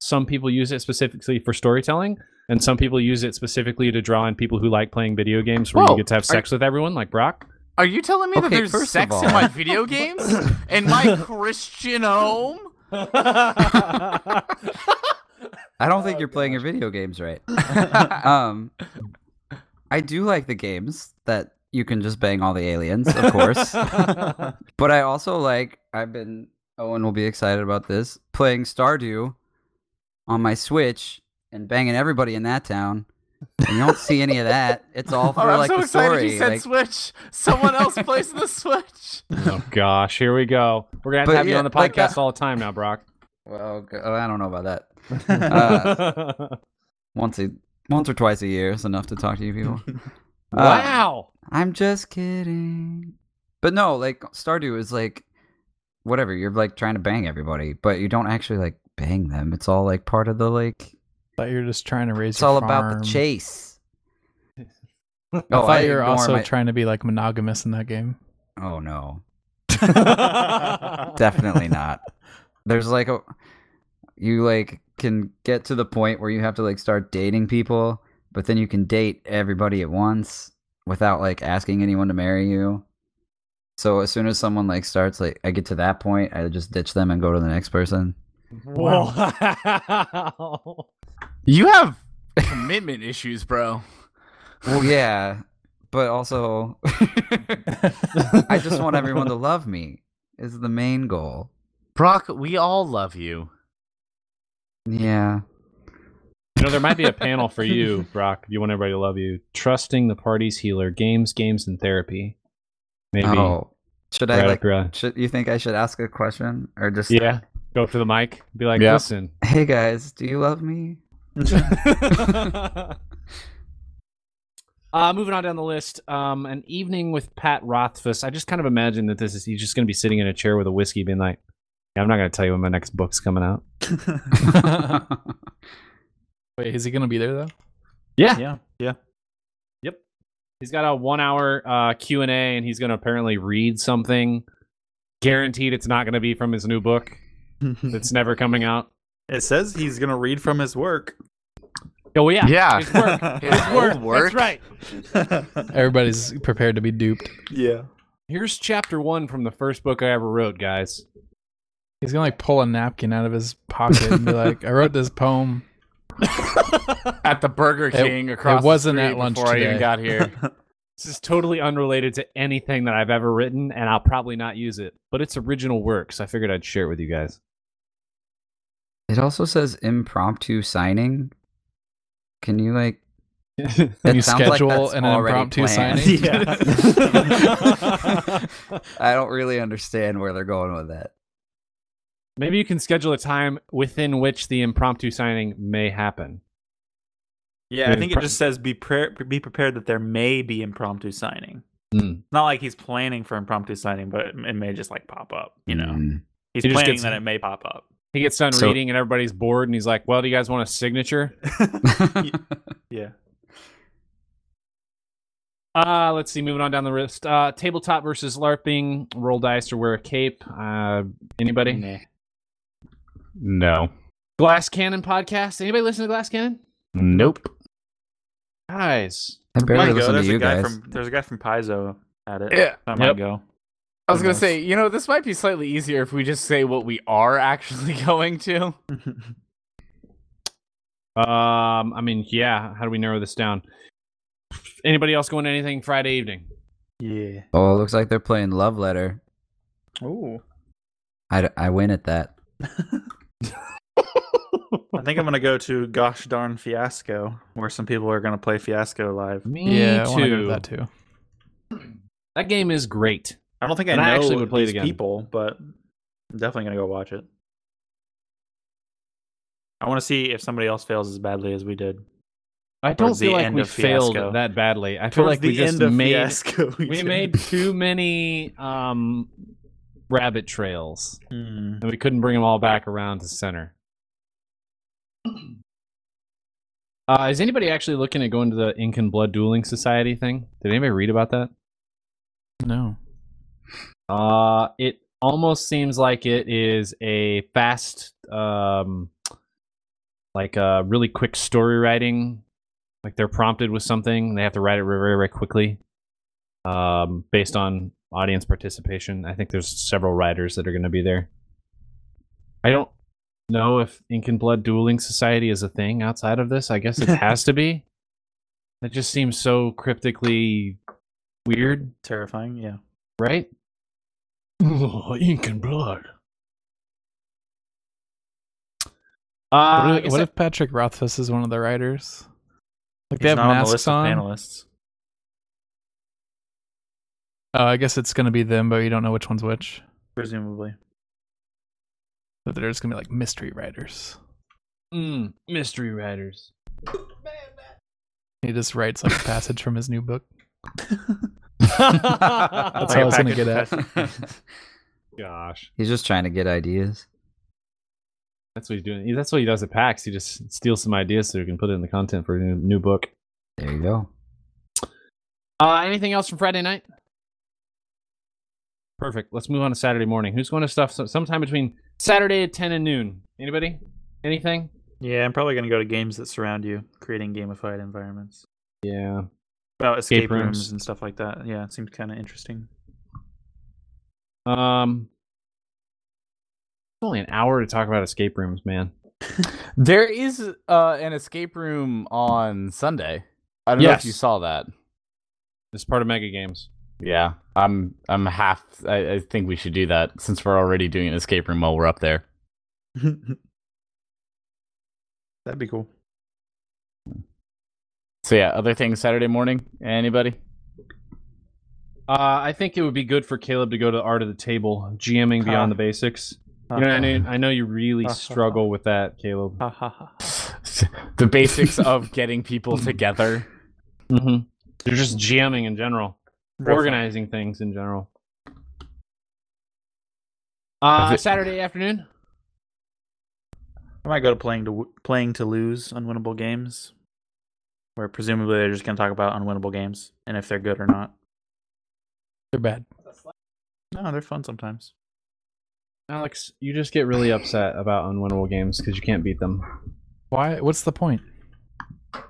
some people use it specifically for storytelling, and some people use it specifically to draw in people who like playing video games, where Whoa, you get to have sex with everyone, like Brock. Are you telling me that Okay, there's first of sex in all- my video games? In my Christian home? I don't think you're playing Oh, your video games right. yeah, Um, I do like the games that you can just bang all the aliens, of course. But I also like I've been Owen will be excited about this playing Stardew on my Switch and banging everybody in that town. And you don't see any of that. It's all for Oh, I'm like so the excited story. you said like- Switch. Someone else plays the Switch. Oh gosh, here we go. We're gonna have to But have you yeah, on the like, podcast uh, all the time now, Brock. well, g- oh, I don't know about that. Uh, Once a once or twice a year is enough to talk to you people. Uh, wow. I'm just kidding. But no, like Stardew is like whatever, you're like trying to bang everybody, but you don't actually like bang them. It's all like part of the like Thought you were just trying to raise. it's your all about farm. the chase. Oh, I thought you were ignore also my- trying to be like monogamous in that game. Oh no. Definitely not. There's like a you like can get to the point where you have to like start dating people, but then you can date everybody at once without like asking anyone to marry you. So as soon as someone like starts like I get to that point, I just ditch them and go to the next person. Wow. You have commitment issues, bro. Well, yeah, but also I just want everyone to love me is the main goal. Brock, we all love you. Yeah. You know, there might be a panel for you, Brock. If you want everybody to love you, trusting the party's healer, games, games, and therapy. Maybe. Oh, should I Right like up your alley. Should you think I should ask a question or just yeah. Go up to the mic. Be like, Yeah. listen. Hey guys, do you love me? uh, moving on down the list, um, an evening with Pat Rothfuss. I just kind of imagine that this is he's just going to be sitting in a chair with a whiskey, being like, yeah, "I'm not going to tell you when my next book's coming out." Wait, is he gonna be there though? Yeah, yeah, yeah. he's got a one-hour uh, Q and A, and he's going to apparently read something. Guaranteed, it's not going to be from his new book that's never coming out. it says he's gonna read from his work. Oh well, yeah, Yeah. his work, his Old work. work. That's right. Everybody's prepared to be duped. yeah. Here's chapter one from the first book I ever wrote, guys. He's gonna like pull a napkin out of his pocket and be like, "I wrote this poem." At the Burger It- King across wasn't the street at lunch before I even today. got here. This is totally unrelated to anything that I've ever written, and I'll probably not use it. But it's original work, so I figured I'd share it with you guys. it also says impromptu signing. Can you like Can That you sounds like schedule that's an already impromptu planned. signing? I don't really understand where they're going with that. Maybe you can schedule a time within which the impromptu signing may happen. Yeah, I think it Improm- just says be pre- be prepared that there may be impromptu signing. Mm. Not like he's planning for impromptu signing, but it may just like pop up. You know, Mm. he's He just planning gets- that it may pop up. He gets done So- reading, and everybody's bored, and he's like, "Well, do you guys want a signature?" Yeah. Uh, let's see. Moving on down the list, uh, tabletop versus LARPing, roll dice or wear a cape. Uh, anybody? No. Glass Cannon podcast. Anybody listen to Glass Cannon? Nope. Guys, I barely There you go. listen to There's oh, a you guy guys. from there's a guy from Paizo at it. Yeah. Time Yep. ago. I was gonna Goodness. say, you know, this might be slightly easier if we just say what we are actually going to. Um, I mean, yeah. How do we narrow this down? Anybody else going to anything Friday evening? yeah. Oh, it looks like they're playing Love Letter. Oh. I, d- I win at that. I think I'm gonna go to Gosh Darn Fiasco, where some people are gonna play Fiasco live. Me yeah, I want to go too. to that That, too. game is great. I don't think I And know I actually would play it these again. people, but I'm definitely gonna go watch it. I want to see if somebody else fails as badly as we did. I don't Towards the feel like end we of failed Fiasco. that badly. I feel like we just made Fiasco, we made too many um rabbit trails, Hmm. and we couldn't bring them all back around to center. Uh, is anybody actually looking at going to the Ink and Blood Dueling Society thing? Did anybody read about that? No, Uh, it almost seems like it is a fast, um, like a really quick story writing. Like they're prompted with something, they have to write it very, very quickly. Um, based on audience participation, I think there's several writers that are going to be there. I don't know if Ink and Blood Dueling Society is a thing outside of this. I guess it has to be. That just seems so cryptically weird terrifying. Yeah, right? ink and blood. Uh, I what if, guess what I- if Patrick Rothfuss is one of the writers? Like they He's not have on masks the list on. of panelists. Oh, I guess it's gonna be them, but you don't know which one's which. Presumably. But there's gonna be like mystery writers. Mm, mystery writers. He just writes like a passage from his new book. That's That's all I was gonna get at. Gosh, He's just trying to get ideas. that's what he's doing. That's what he does at PAX. He just steals some ideas so he can put it in the content for a new, new book. There you go. Uh, anything else from Friday night? Perfect. Let's move on to Saturday morning. Who's going to stuff so- sometime between Saturday at ten and noon? Anybody? Anything? Yeah, I'm probably gonna go to games that surround you, creating gamified environments. Yeah. About escape, Escape rooms. rooms. and stuff like that. Yeah, it seems kind of interesting. Um. It's only an hour to talk about escape rooms, man. There is uh, an escape room on Sunday. I don't know if Yes. you saw that. It's part of Mega Games. Yeah, I'm. I'm half. I, I think we should do that since we're already doing an escape room while we're up there. That'd be cool. So yeah, other things Saturday morning. Anybody? Uh, I think it would be good for Caleb to go to Art of the Table, GMing Beyond the Basics. You know, I know, I know you really struggle with that, Caleb. Ha ha ha. the basics of getting people together. Mm-hmm. You're just GMing in general, Real fun. organizing things in general. Uh, Is it- Saturday afternoon. I might go to playing to w- playing to lose unwinnable games, where presumably they're just gonna talk about unwinnable games and if they're good or not. They're bad. No, they're fun sometimes. Alex, you just get really upset about unwinnable games because you can't beat them. Why? What's the point?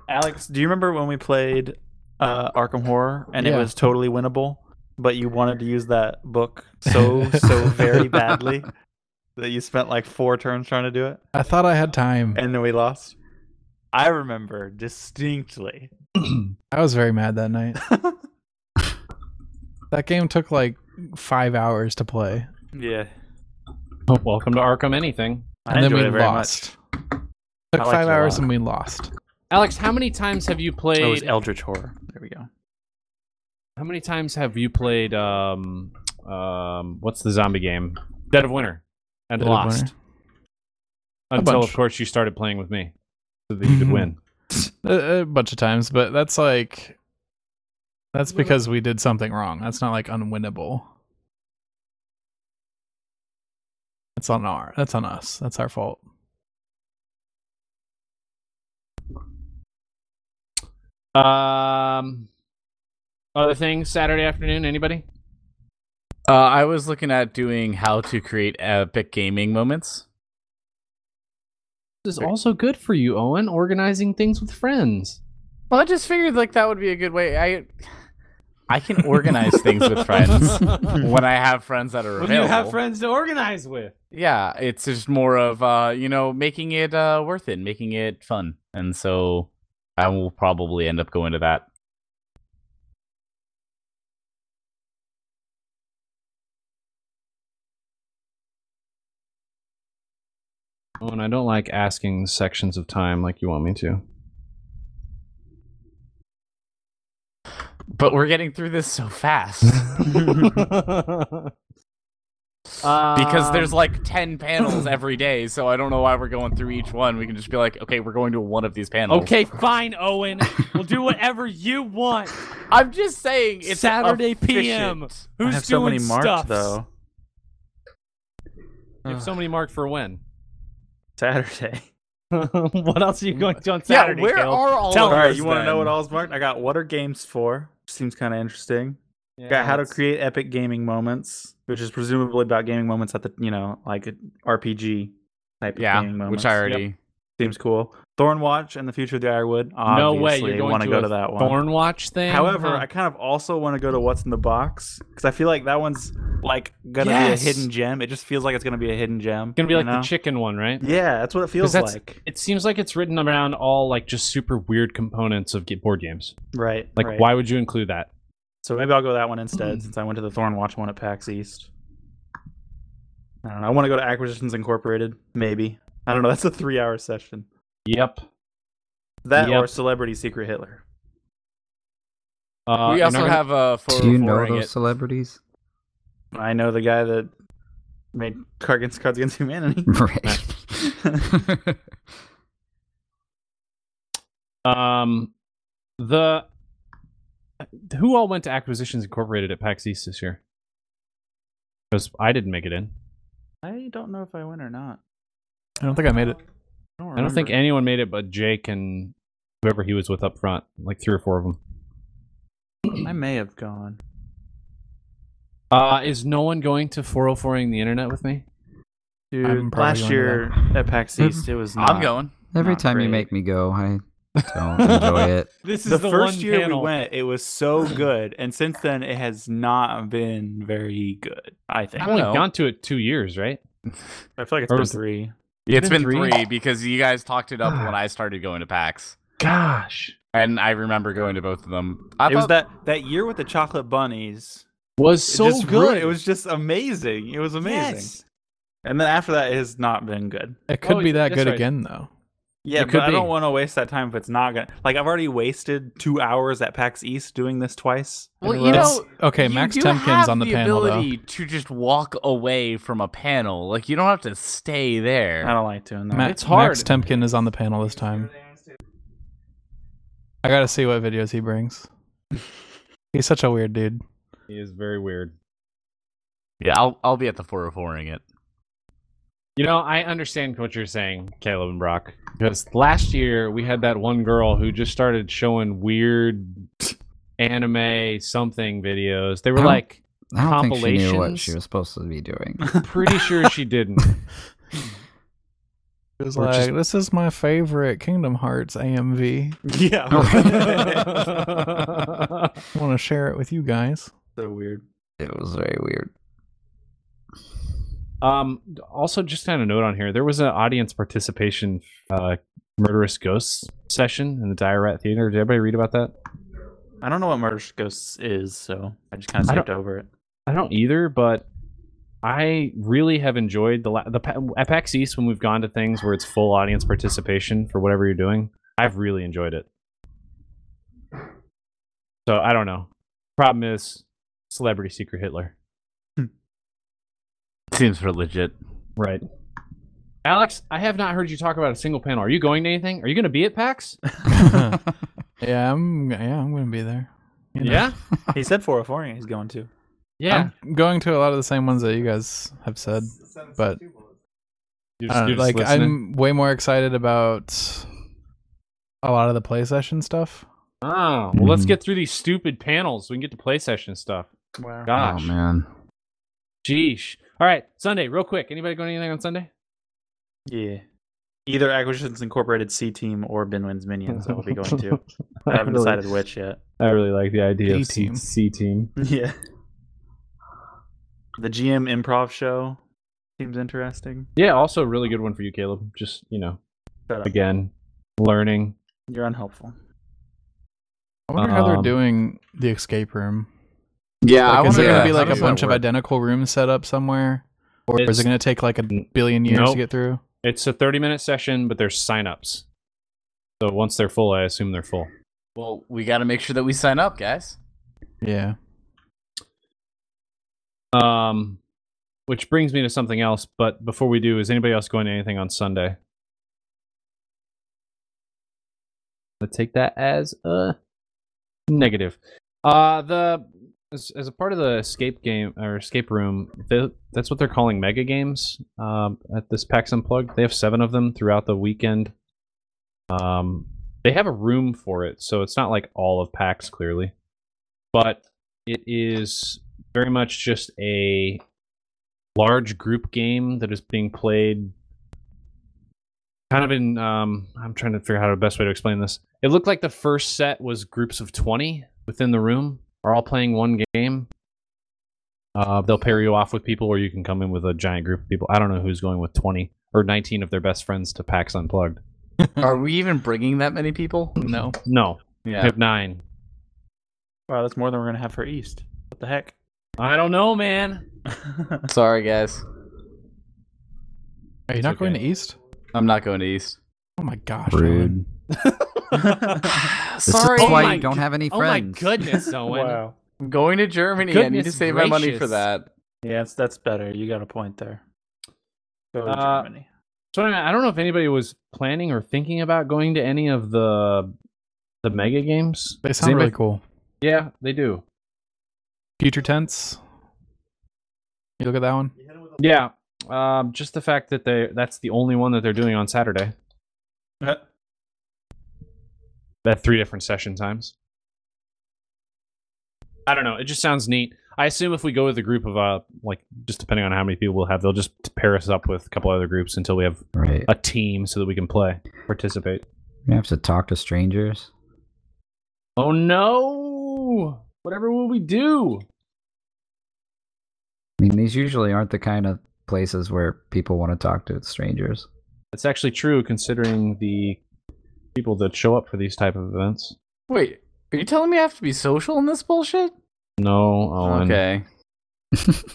Alex, do you remember when we played uh, Arkham Horror and Yeah. it was totally winnable, but you wanted to use that book so so very badly that you spent like four turns trying to do it I thought I had time. and then we lost. I remember distinctly. I was very mad that night. That game took like five hours to play, yeah, Welcome to Arkham Anything. I and then enjoyed we it very lost. I Took liked five it a hours lot. and we lost. Alex, how many times have you much. played? It was Eldritch Horror. There we go. How many times have you played um um what's the zombie game? Dead of Winter and Dead of lost. Winter. A Until bunch. of course you started playing with me so that you could Mhm. win. a, a bunch of times, but that's like that's because we did something wrong. That's not like unwinnable. It's on our. That's on us. That's our fault. Um other things Saturday afternoon, anybody? Uh, I was looking at doing how to create epic gaming moments. This is also good for you, Owen, organizing things with friends. Well, I just figured like that would be a good way. I I can organize things with friends when I have friends that are available. friends to organize with. Yeah, it's just more of uh, you know making it uh, worth it, making it fun, and so I will probably end up going to that. Owen, I don't like asking sections of time like you want me to. But we're getting through this so fast Um, because there's like ten panels every day, so I don't know why we're going through each one. We can just be like, okay, we're going to one of these panels. Okay, fine, Owen. We'll do whatever you want. I'm just saying it's Saturday efficient. PM. I Who's have so doing many marked stuffs? though. You have so many marked for when? Saturday. what else are you going to do on yeah, where are all Tell of All us right, you want to then? know what all's marked? I got what are games for? Seems kind of interesting. got how to create epic gaming moments, which is presumably about gaming moments at the you know like a RPG type of Yeah, gaming moments. which I already. seems cool. Thornwatch and the future of the Ironwood. No way, you're obviously going wanna to go a to that one. Thorn watch thing. However, huh? I kind of also want to go to what's in the box because I feel like that one's like gonna Yes! be a hidden gem. It just feels like it's gonna be a hidden gem. it's gonna be you like the know? chicken one, right? Yeah, that's what it feels that's- like. It seems like it's written around all like just super weird components of ge- board games. Right. Like, right. why would you include that? So maybe I'll go that one instead since I went to the Thornwatch one at PAX East. I don't know. I want to go to Acquisitions Incorporated, maybe. I don't know. That's a three-hour session. Yep. That Yep. or Celebrity Secret Hitler. Uh, we and also I'm gonna- have uh, for Do you know it. those celebrities? I know the guy that made Cards Against, Cards Against Humanity. Right. Um, the who all went to Acquisitions Incorporated at PAX East this year? Because I didn't make it in. I don't know if I went or not. I don't think I made it. I don't, I don't think remember. anyone made it, but Jake and whoever he was with up front, like three or four of them. I may have gone. Uh, is no one going to 404ing the internet with me? I'm Dude, probably going last to year at PAX Mhm. East, it was not. I'm going. Every Not time you great. make me go, I don't enjoy it. This The, first year we went, it was so good, and since then it has not been very good. I think. I've don't only know. gone to it two years, right? I feel like it's Or been was it- three. It's been been three? three? because you guys talked it up when I started going to PAX, Gosh, and I remember going to both of them. I it was that thought- that year with the chocolate bunnies. was It so just good. ru- it was just amazing. It was amazing. Yes. And then after that, it has not been good. It could Oh, be that that's good right. again, though. Yeah, It but could I don't be. want to waste that time if it's not gonna. Like I've already wasted two hours at PAX East doing this twice. Well, It you was- know, okay, you Max do Temkin's have on the, panel, though. ability to just walk away from a panel. Like you don't have to stay there. I don't like doing that. Ma- It's hard. Max Temkin is on the panel this time. I gotta see what videos he brings. He's such a weird dude. It is very weird. Yeah, I'll I'll be at the 404ing it. You know, I understand what you're saying, Caleb and Brock. Because last year we had that one girl who just started showing weird anime something videos. They were Huh? like, I don't think she knew what she Compilations? was supposed to be doing. pretty sure she didn't. He was Or like, just- "This is my favorite Kingdom Hearts AMV. Oh, yeah. I want to share it with you guys." so weird. It was very weird. um, also, just kind of note on here, there was an audience participation uh, murderous ghosts session in the Dire Rat Theater. Did everybody read about that? I don't know what Murder Ghosts is, so I just kind of I skipped over it. I don't either, but I really have enjoyed the la- the pa- at PAX East when we've gone to things where it's full audience participation for whatever you're doing. I've really enjoyed it. So I don't know. Problem is, celebrity secret Hitler, Seems for legit. right? Alex, I have not heard you talk about a single panel. Are you going to anything? Are you going to be at PAX? Oh, Yeah, I'm. Yeah, I'm gonna be there. You know, Yeah, He said 404 and he's going to. yeah. I'm going to a lot of the same ones that you guys have said, but You're I don't know, you're uh, like listening? I'm way more excited about a lot of the play session stuff. Oh, well, Mm-hmm. let's Mhm. get through these stupid panels. so We can get to play session stuff. Wow. Gosh. Oh man. Jeesh. All right, Sunday, real quick. Anybody going to anything on Sunday? Yeah. Either Acquisitions Incorporated C Team or Binwin's Minions. I will be going to. I haven't decided which yet. I really like the idea D of C team. C team. Yeah. The GM improv show seems interesting. Yeah, also a really good one for you, Caleb. Just you know, Shut up. again, learning. You're unhelpful. I wonder how they're Um, doing the escape room. Yeah, Like, is it wonder- going yeah, to be how like a does that bunch of work? identical rooms set up somewhere, or is It's- it going to take like a billion years Nope. to get through? It's a thirty-minute session, but there's sign-ups. So once they're full, I assume they're full. Well, we got to make sure that we sign up, guys. Yeah. Um, which brings me to something else. But before we do, is anybody else going to anything on Sunday? Let's take that as a negative. Uh, the as, as a part of the escape game or escape room, they, that's what they're calling mega games. Um, at this PAX Unplugged, they have seven of them throughout the weekend. Um, they have a room for it, so it's not like all of PAX clearly, but it is very much just a large group game that is being played kind of in um i'm trying to figure out the best way to explain this it looked like the first set was groups of 20 within the room are all playing one game uh, they'll pair you off with people or you can come in with a giant group of people i don't know who's going with 20 or 19 of their best friends to pax unplugged Are we even bringing that many people? No. no we Yeah. have nine Wow, that's more than we're gonna have for East. What the heck? i don't know man Sorry, guys. Are you not okay. going to East? I'm not going east. Oh my gosh. Owen. Rude. This Sorry, is why my you don't have any Oh my friends. goodness, Owen. I'm going to Germany. I need to Goodness save my money for gracious. that. Yeah, it's, that's better. You got a point there. Go to Uh, Germany. So anyway, I don't know if anybody was planning or thinking about going to any of the the mega games. They Does sound really anybody- cool. Yeah, they do. Future tense. You look at that one. Yeah. Um, just the fact that they that's the only one that they're doing on Saturday. at three different session times. I don't know. It just sounds neat. I assume if we go with a group of uh, like just depending on how many people we'll have, they'll just pair us up with a couple other groups until we have Right. a team so that we can play, participate. You have to talk to strangers. Oh no! Whatever will we do? I mean, these usually aren't the kind of places where people want to talk to strangers. That's actually true, considering the people that show up for these type of events. Wait, are you telling me I have to be social in this bullshit? No, Owen. Okay.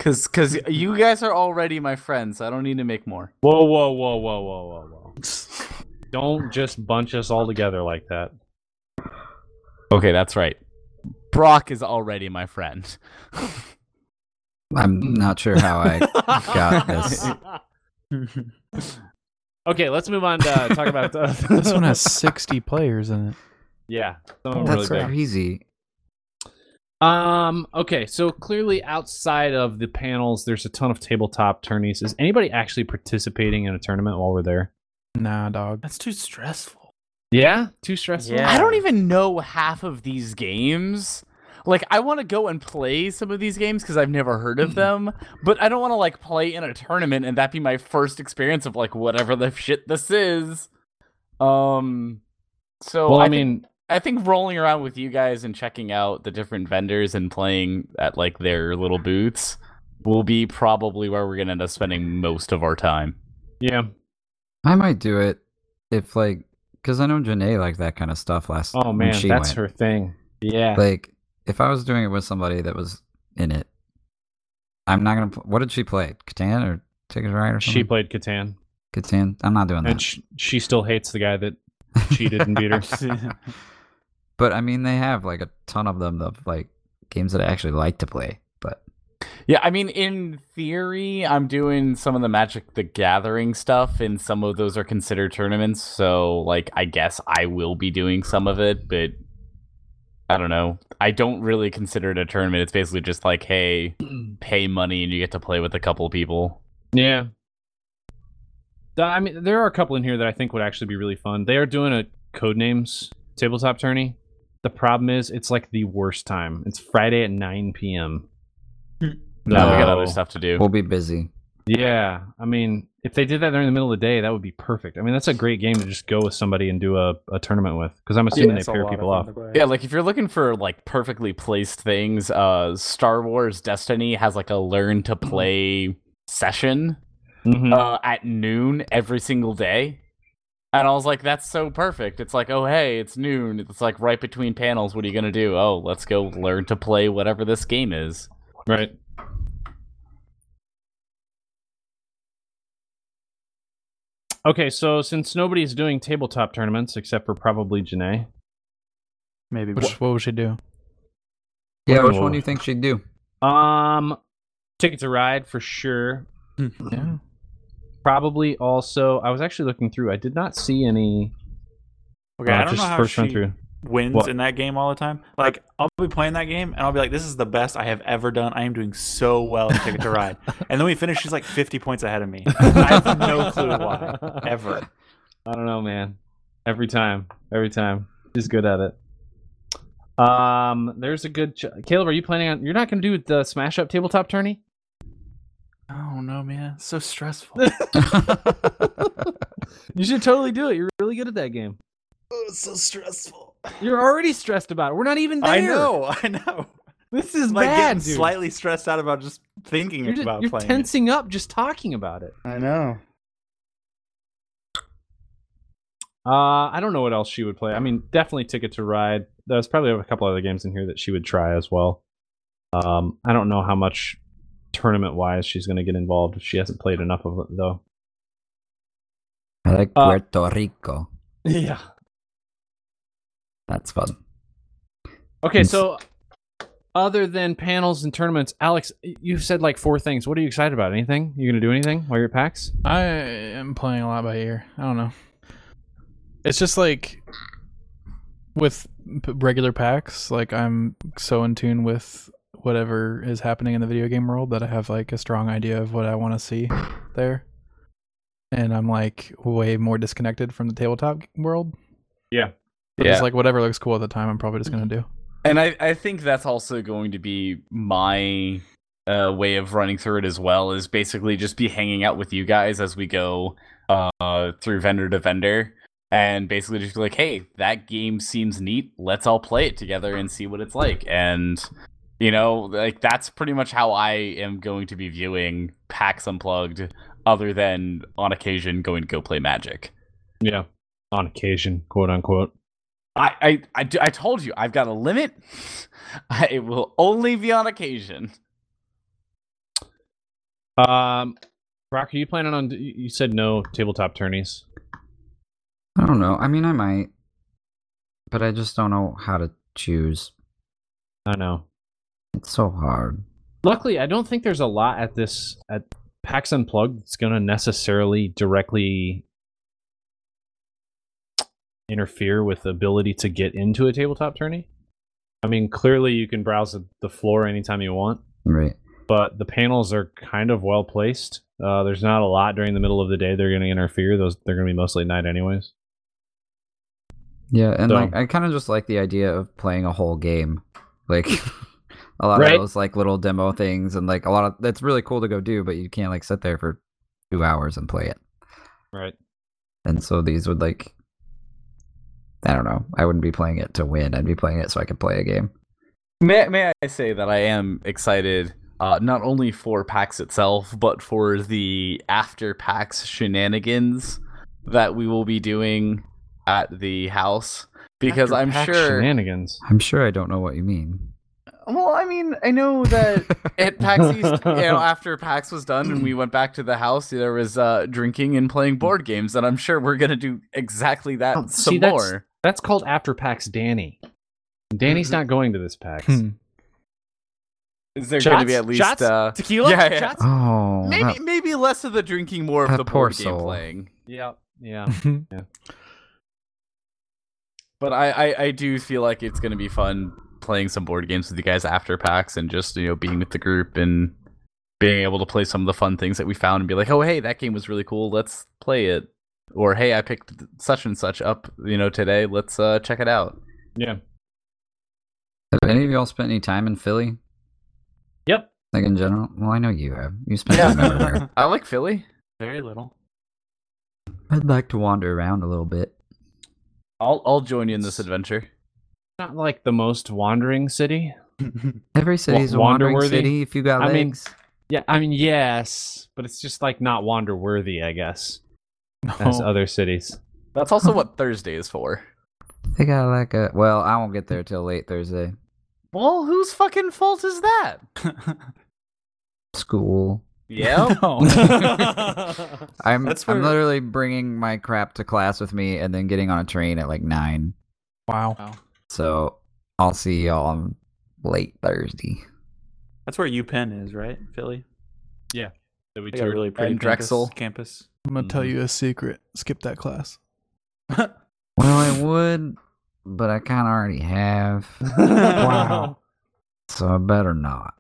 Cause, cause you guys are already my friends. I don't need to make more. Whoa, whoa, whoa, whoa, whoa, whoa, whoa! Don't just bunch us all together like that. Okay, that's right. Brock is already my friend. I'm not sure how I got this. Okay, let's move on to uh, talk about uh, This one has 60 players in it. yeah, some of them That's Oh, really big. crazy. Um, okay, so clearly outside of the panels, there's a ton of tabletop tourneys. Is anybody actually participating in a tournament while we're there? Nah, dog. That's too stressful. Yeah, too stressful. Yeah. I don't even know half of these games. Like, I want to go and play some of these games because I've never heard of them, but I don't want to like play in a tournament and that be my first experience of like whatever the shit this is. Um, so Well, I, think- mean, I think rolling around with you guys and checking out the different vendors and playing at like their little booths will be probably where we're gonna end up spending most of our time. yeah. I might do it if like, because I know Janae liked that kind of stuff last. Oh when man, she that's went. her thing. Yeah. Like, if I was doing it with somebody that was in it, I'm not gonna. Pl- what did she play? Catan or Ticket to Ride or something? She played Catan, Catan. I'm not doing that. and sh- she still hates the guy that cheated and beat her. but I mean, they have like a ton of them of like games that I actually like to play. But Yeah, I mean, in theory, I'm doing some of the Magic the Gathering stuff, and some of those are considered tournaments. So, like, I guess I will be doing some of it, but I don't know. I don't really consider it a tournament. It's basically just like, hey, pay money and you get to play with a couple people. Yeah. Th- I mean, there are a couple in here that I think would actually be really fun. They are doing a Codenames tabletop tourney. The problem is, it's like the worst time. It's Friday at 9 p.m. No, we got other So- stuff to do. we'll be busy. Yeah. I mean, if they did that during the middle of the day, that would be perfect. I mean, that's a great game to just go with somebody and do a, a tournament with because I'm assuming they pair people off. Yeah, like if you're looking for like perfectly placed things, uh Star Wars Destiny has like a learn to play session Mhm. uh at noon every single day. And I was like, that's so perfect. It's like, oh hey, it's noon. It's like right between panels, what are you gonna do? Oh, let's go learn to play whatever this game is. Right. Okay, so since nobody's doing tabletop tournaments except for probably Janae, Maybe. Which, what would she do? Yeah, Wonder which one Woman. do you think she'd do? Um, Ticket to Ride for sure. Yeah. Probably also. I was actually looking through. I did not see any. Okay, uh, I don't just know how first she run through. wins What? in that game all the time. Like, I'll be playing that game and I'll be like, "This is the best I have ever done. I am doing so well in Ticket to Ride." and then we finish. She's like 50 points ahead of me. I have no clue why ever. I don't know, man. Every time, every time, she's good at it. Um, there's a good. Ch- Caleb, are you planning on? You're not going to do the Smash Up tabletop tourney? I don't know, Oh, man. It's so stressful. You should totally do it. You're really good at that game. oh, it's so stressful. You're already stressed about it. We're not even there. I know. I know. This is like bad, getting dude. slightly stressed out about just thinking you're, just- about you're playing. tensing up just talking about it. I know. Uh, I don't know what else she would play. I mean, definitely Ticket to Ride. There's probably a couple other games in here that she would try as well. Um, I don't know how much tournament wise she's going to get involved. She hasn't played enough of it though. I like Uh, Puerto Rico. Yeah. That's fun. Okay, Yes. so other than panels and tournaments, Alex, you've said like four things. What are you excited about? Anything? You gonna do anything while you're at PAX? I am playing a lot by ear. I don't know. It's just like with p- regular packs, like I'm so in tune with whatever is happening in the video game world that I have like a strong idea of what I want to see there. And I'm like way more disconnected from the tabletop world. Yeah. So Just like whatever looks cool at the time, I'm probably just gonna do. And I, I think that's also going to be my uh, way of running through it as well is basically just be hanging out with you guys as we go uh, through vendor to vendor and basically just be like, hey, that game seems neat. Let's all play it together and see what it's like. And, you know, like that's pretty much how I am going to be viewing PAX Unplugged, other than on occasion going to go play Magic. Yeah. On occasion, quote unquote. I, I, I, d- I told you, I've got a limit. I, it will only be on occasion. Um Rock, are you planning on you you said no tabletop tourneys. I don't know. I mean, I might, but I just don't know how to choose. I know. It's so hard. Luckily, I don't think there's a lot at this at PAX Unplugged that's gonna necessarily directly interfere with the ability to get into a tabletop tourney. I mean, clearly you can browse the- the floor anytime you want. Right. but the panels are kind of well placed. Uh, there's not a lot during the middle of the day. They're going to interfere. Those they're going to be mostly at night, anyways. Yeah, and So- like I kind of just like the idea of playing a whole game, like a lot Right. of those like little demo things, and like a lot of that's really cool to go do, but you can't like sit there for two hours and play it. Right. And so these would like, I don't know. I wouldn't be playing it to win. I'd be playing it so I could play a game. May, may I say that I am excited uh, not only for PAX itself, but for the after PAX shenanigans that we will be doing at the house. Because I'm sure. shenanigans. I'm sure I don't know what you mean. Well, I mean, I know that at PAX East, you know, after PAX was done and we went back to the house, there was uh, drinking and playing board games, and I'm sure we're going to do exactly that Oh, some see, that's- more. That's called after PAX, Danny. Danny's Mm-hmm. not going to this PAX. Hmm. Is there going to be Shots? at least Shots? uh, Tequila. Yeah, yeah. Shots? Oh, Maybe that- maybe less of the drinking, more of that the poor board game soul. playing. Yeah. Yeah. But I, I I do feel like it's gonna be fun playing some board games with you guys after PAX and just you know being with the group and being able to play some of the fun things that we found and be like, oh hey, that game was really cool. Let's play it. Or hey, I picked such and such up you know today. Let's uh, check it out. Yeah. have any of y'all spent any time in Philly? Yep. Like in general? Well, I know you have. You spent time everywhere. I like Philly. Very little. I'd like to wander around a little bit. I'll I'll join you in this adventure. Not like the most wandering city. Every city's a Wa- wandering wanderworthy? city if you got I mean- legs. Yeah, I mean yes, but it's just like not wander worthy, I guess, as No. other cities. That's also what Thursday is for. They got like a well, I won't get there till late Thursday. Well, whose fucking fault is that? School. Yeah. I'm That's I'm where- literally bringing my crap to class with me and then getting on a train at like nine. Wow. So I'll see y'all on late Thursday. That's where UPenn is, right? Philly. That we They got a toured. really pretty And campus- Drexel. campus. I'm gonna Mm-hmm. tell you a secret. Skip that class. Well, I would, but I kind of already have, Wow. so I better not.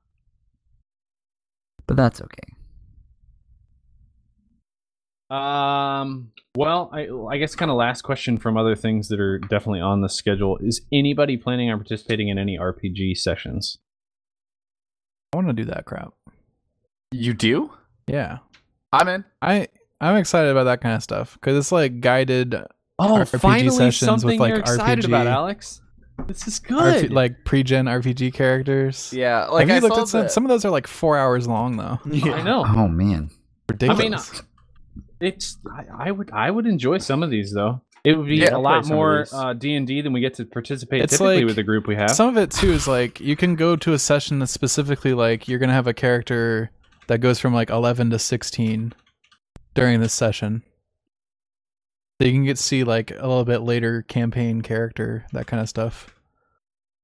But that's okay. Um. Well, I, I guess kind of last question from other things that are definitely on the schedule is anybody planning on participating in any RPG sessions? I want to do that crap. you do? Yeah. I'm in. I I'm excited about that kind of stuff because it's like guided Oh, RPG sessions with, like, RPG. Alex. This is RP, like pre-gen RPG characters. Yeah, like Have you I looked saw at some? the- Some of those are like four hours long though. I know Oh man, Ridiculous. uh, it's. I, I would. I would enjoy some of these though. It would be a Yeah, I'll play lot some of more these. uh, D and D than we get to participate It's typically like- with the group we have. Some of it too is like you can go to a session that's specifically like you're gonna have a character that goes from like 11 to 16 during this session, that you can get to see like a little bit later campaign character, that kind of stuff.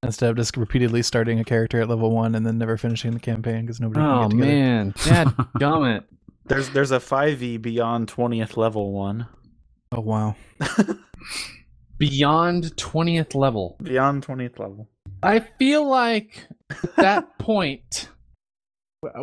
Instead of just repeatedly starting a character at level one and then never finishing the campaign because nobody Oh can get together. man, God damn it! There's there's a 5e beyond 20th level one. Oh wow. Beyond twentieth level, Beyond 20th level. I feel like at that point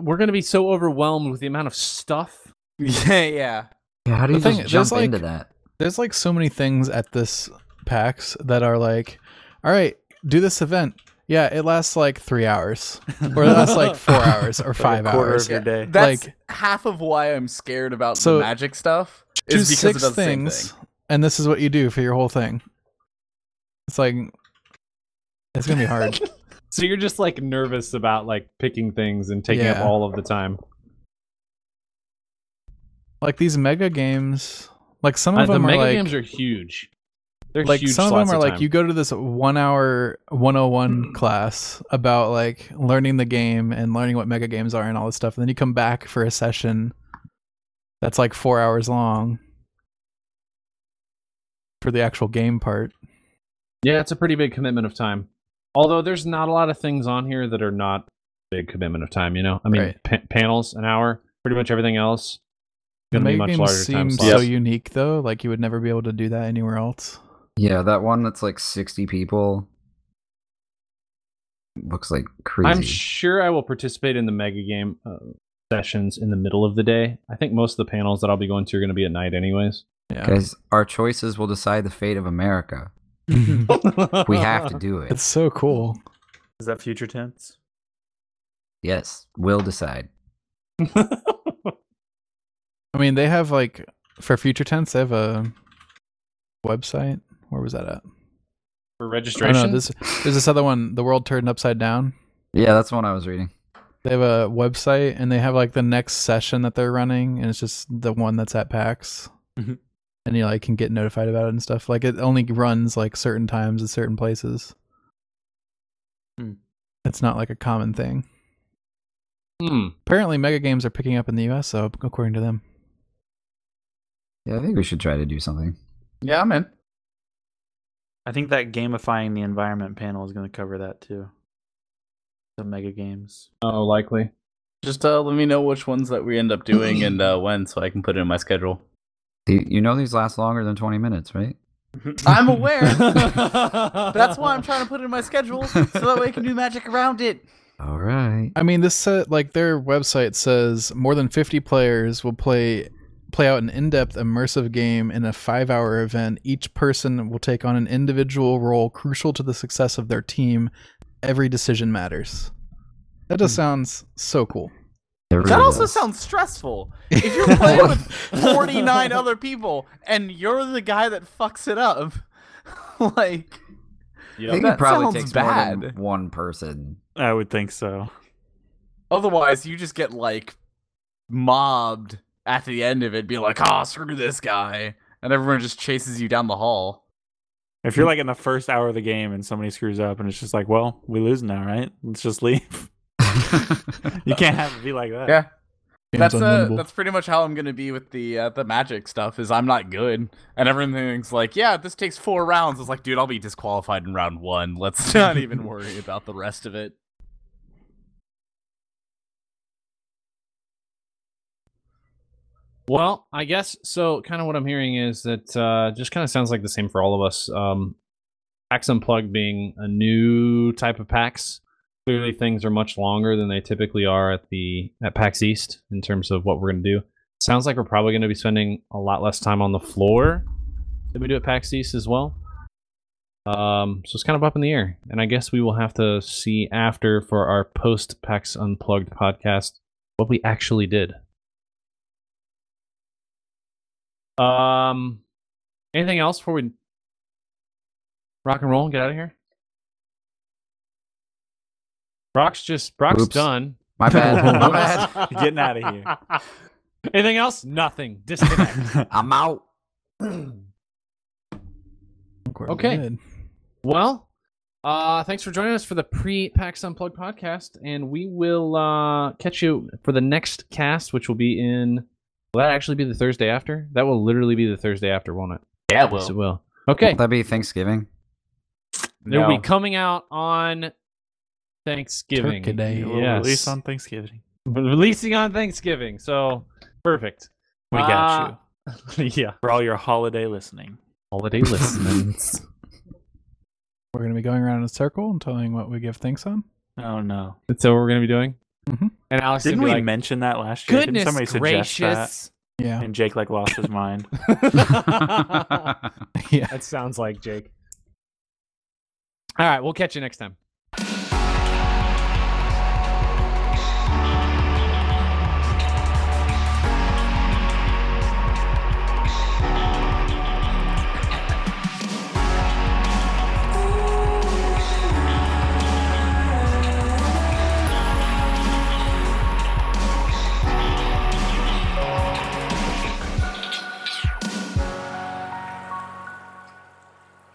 we're going to be so overwhelmed with the amount of stuff. Yeah, yeah. Yeah, how do The you just thing is, there's, jump into like- that? There's like so many things at this PAX that are like, all right, do this event. Yeah, it lasts like three hours, or it lasts like four hours, or five a quarter hours. of your day. That's Like- half of why I'm scared about So, the magic stuff. Choose Is because six it does the same things, and this is what you do for your whole thing. It's like it's gonna be hard. So you're just like nervous about like picking things and taking Yeah. up all of the time. like these mega games, like some Uh, of the them are mega like games are huge. They're like huge some of slots them are like time. Hmm. you go to this one hour 101 class about like learning the game and learning what mega games are and all this stuff and then you come back for a session that's like four hours long for the actual game part Yeah, it's a pretty big commitment of time. Although there's not a lot of things on here that are not a big commitment of time, you know. I mean, Right. pa- panels an hour, pretty much everything else. the Going to be mega much games larger time seem slots. so unique though like you would never be able to do that anywhere else Yeah, that one that's like sixty people looks like crazy. I'm sure I will participate in the mega game uh, sessions in the middle of the day. I think most of the panels that I'll be going to are going to be at night, anyways. yeah Guys, our choices will decide the fate of America. We have to do it's it. so cool Is that future tense? Yes, we'll decide. i mean they have like for future tense they have a website where was that at for Oh, registration. no, this, there's this other one, The World Turned Upside Down. Yeah, that's the one I was reading. They have a website and they have like the next session that they're running, and it's just the one that's at PAX. Mhm. And you like can get notified about it and stuff. Like it only runs like certain times in certain places. Hmm. It's not like a common thing. Hmm. Apparently, mega games are picking up in the U.S. So according to them, Yeah, I think we should try to do something. Yeah, I'm in. I think that gamifying the environment panel is going to cover that too. The mega games. Oh, likely. Just uh, let me know which ones that we end up doing and uh, when, so I can put it in my schedule. You you know these last longer than twenty minutes, right? I'm aware. That's That's why I'm trying to put it in my schedule, so that way I can do magic around it. All right. I mean, this uh, like their website says more than 50 players will play play out an in-depth immersive game in a 5-hour event. Each person will take on an individual role crucial to the success of their team. Every decision matters. That just sounds so cool. It That really also does. sounds stressful. If you're playing with 49 other people and you're the guy that fucks it up, like I think That it probably sounds takes more bad. than one person. I would think so. otherwise you just get like mobbed at the end of it, be like, "Ah, screw this guy," and everyone just chases you down the hall. If you're like in the first hour of the game and somebody screws up and it's just like, well, we lose now, right? Let's just leave. You can't have it be like that. Yeah. Game's That's uh, unwinnable. that's pretty much how I'm gonna be with the uh, the magic stuff. Is I'm not good, and everything's like, yeah, this takes four rounds. It's like, dude, I'll be disqualified in round one. Let's not even worry about the rest of it. Well, I guess so. Kind of what I'm hearing is that uh, just kind of sounds like the same for all of us. Um, PAX Unplugged being a new type of PAX, clearly things are much longer than they typically are at the at PAX East in terms of what we're going to do. Sounds like we're probably going to be spending a lot less time on the floor than we do at PAX East as well. Um, so it's kind of up in the air, and I guess we will have to see after for our post PAX Unplugged podcast what we actually did. Um, anything else before we rock and roll and get out of here? Brock's just Brock's Oops. done. My bad. My bad. You're getting out of here. Anything else? Nothing. Disconnect. I'm out. Look where we okay. did. well, uh, thanks for joining us for the pre PAX Unplugged podcast, and we will uh, catch you for the next cast, which will be in. Will that actually be the Thursday after? That will literally be the Thursday after, won't it? Yeah, Yes, it well, will. Okay. That'd be Thanksgiving. They'll no. be coming out on Thanksgiving. Turkey Day. It It will Yes. release on Thanksgiving. Releasing on Thanksgiving. So perfect. We got Uh, you yeah. Ah. for all your holiday listening. Holiday listeners. We're going to be going around in a circle and telling what we give thanks on. Oh no! That's what we're gonna be doing. Mhm. And Alex Mm-hmm. Didn't gonna we be like, mention that last year? Didn't somebody goodness suggest that? gracious. Yeah. And Jake like lost his mind. that Yeah. sounds like Jake. All right, we'll catch you next time.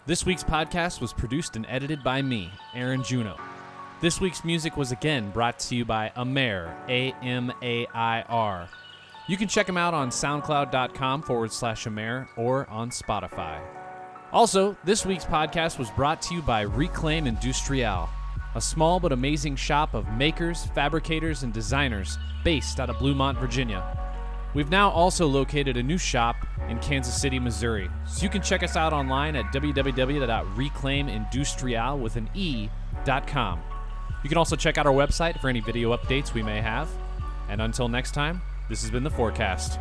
This week's podcast was produced and edited by me, Aaron Juno. This week's music was again brought to you by Amair, A M A I R. You can check him out on soundcloud.com forward slash Amair or on Spotify. Also, this week's podcast was brought to you by Reclaim Industrial, a small but amazing shop of makers, fabricators, and designers based out of Bluemont, Virginia. We've now also located a new shop in Kansas City, Missouri. So you can check us out online at www.reclaimindustrial with an e dot com. You can also check out our website for any video updates we may have. And until next time, this has been The Forecast.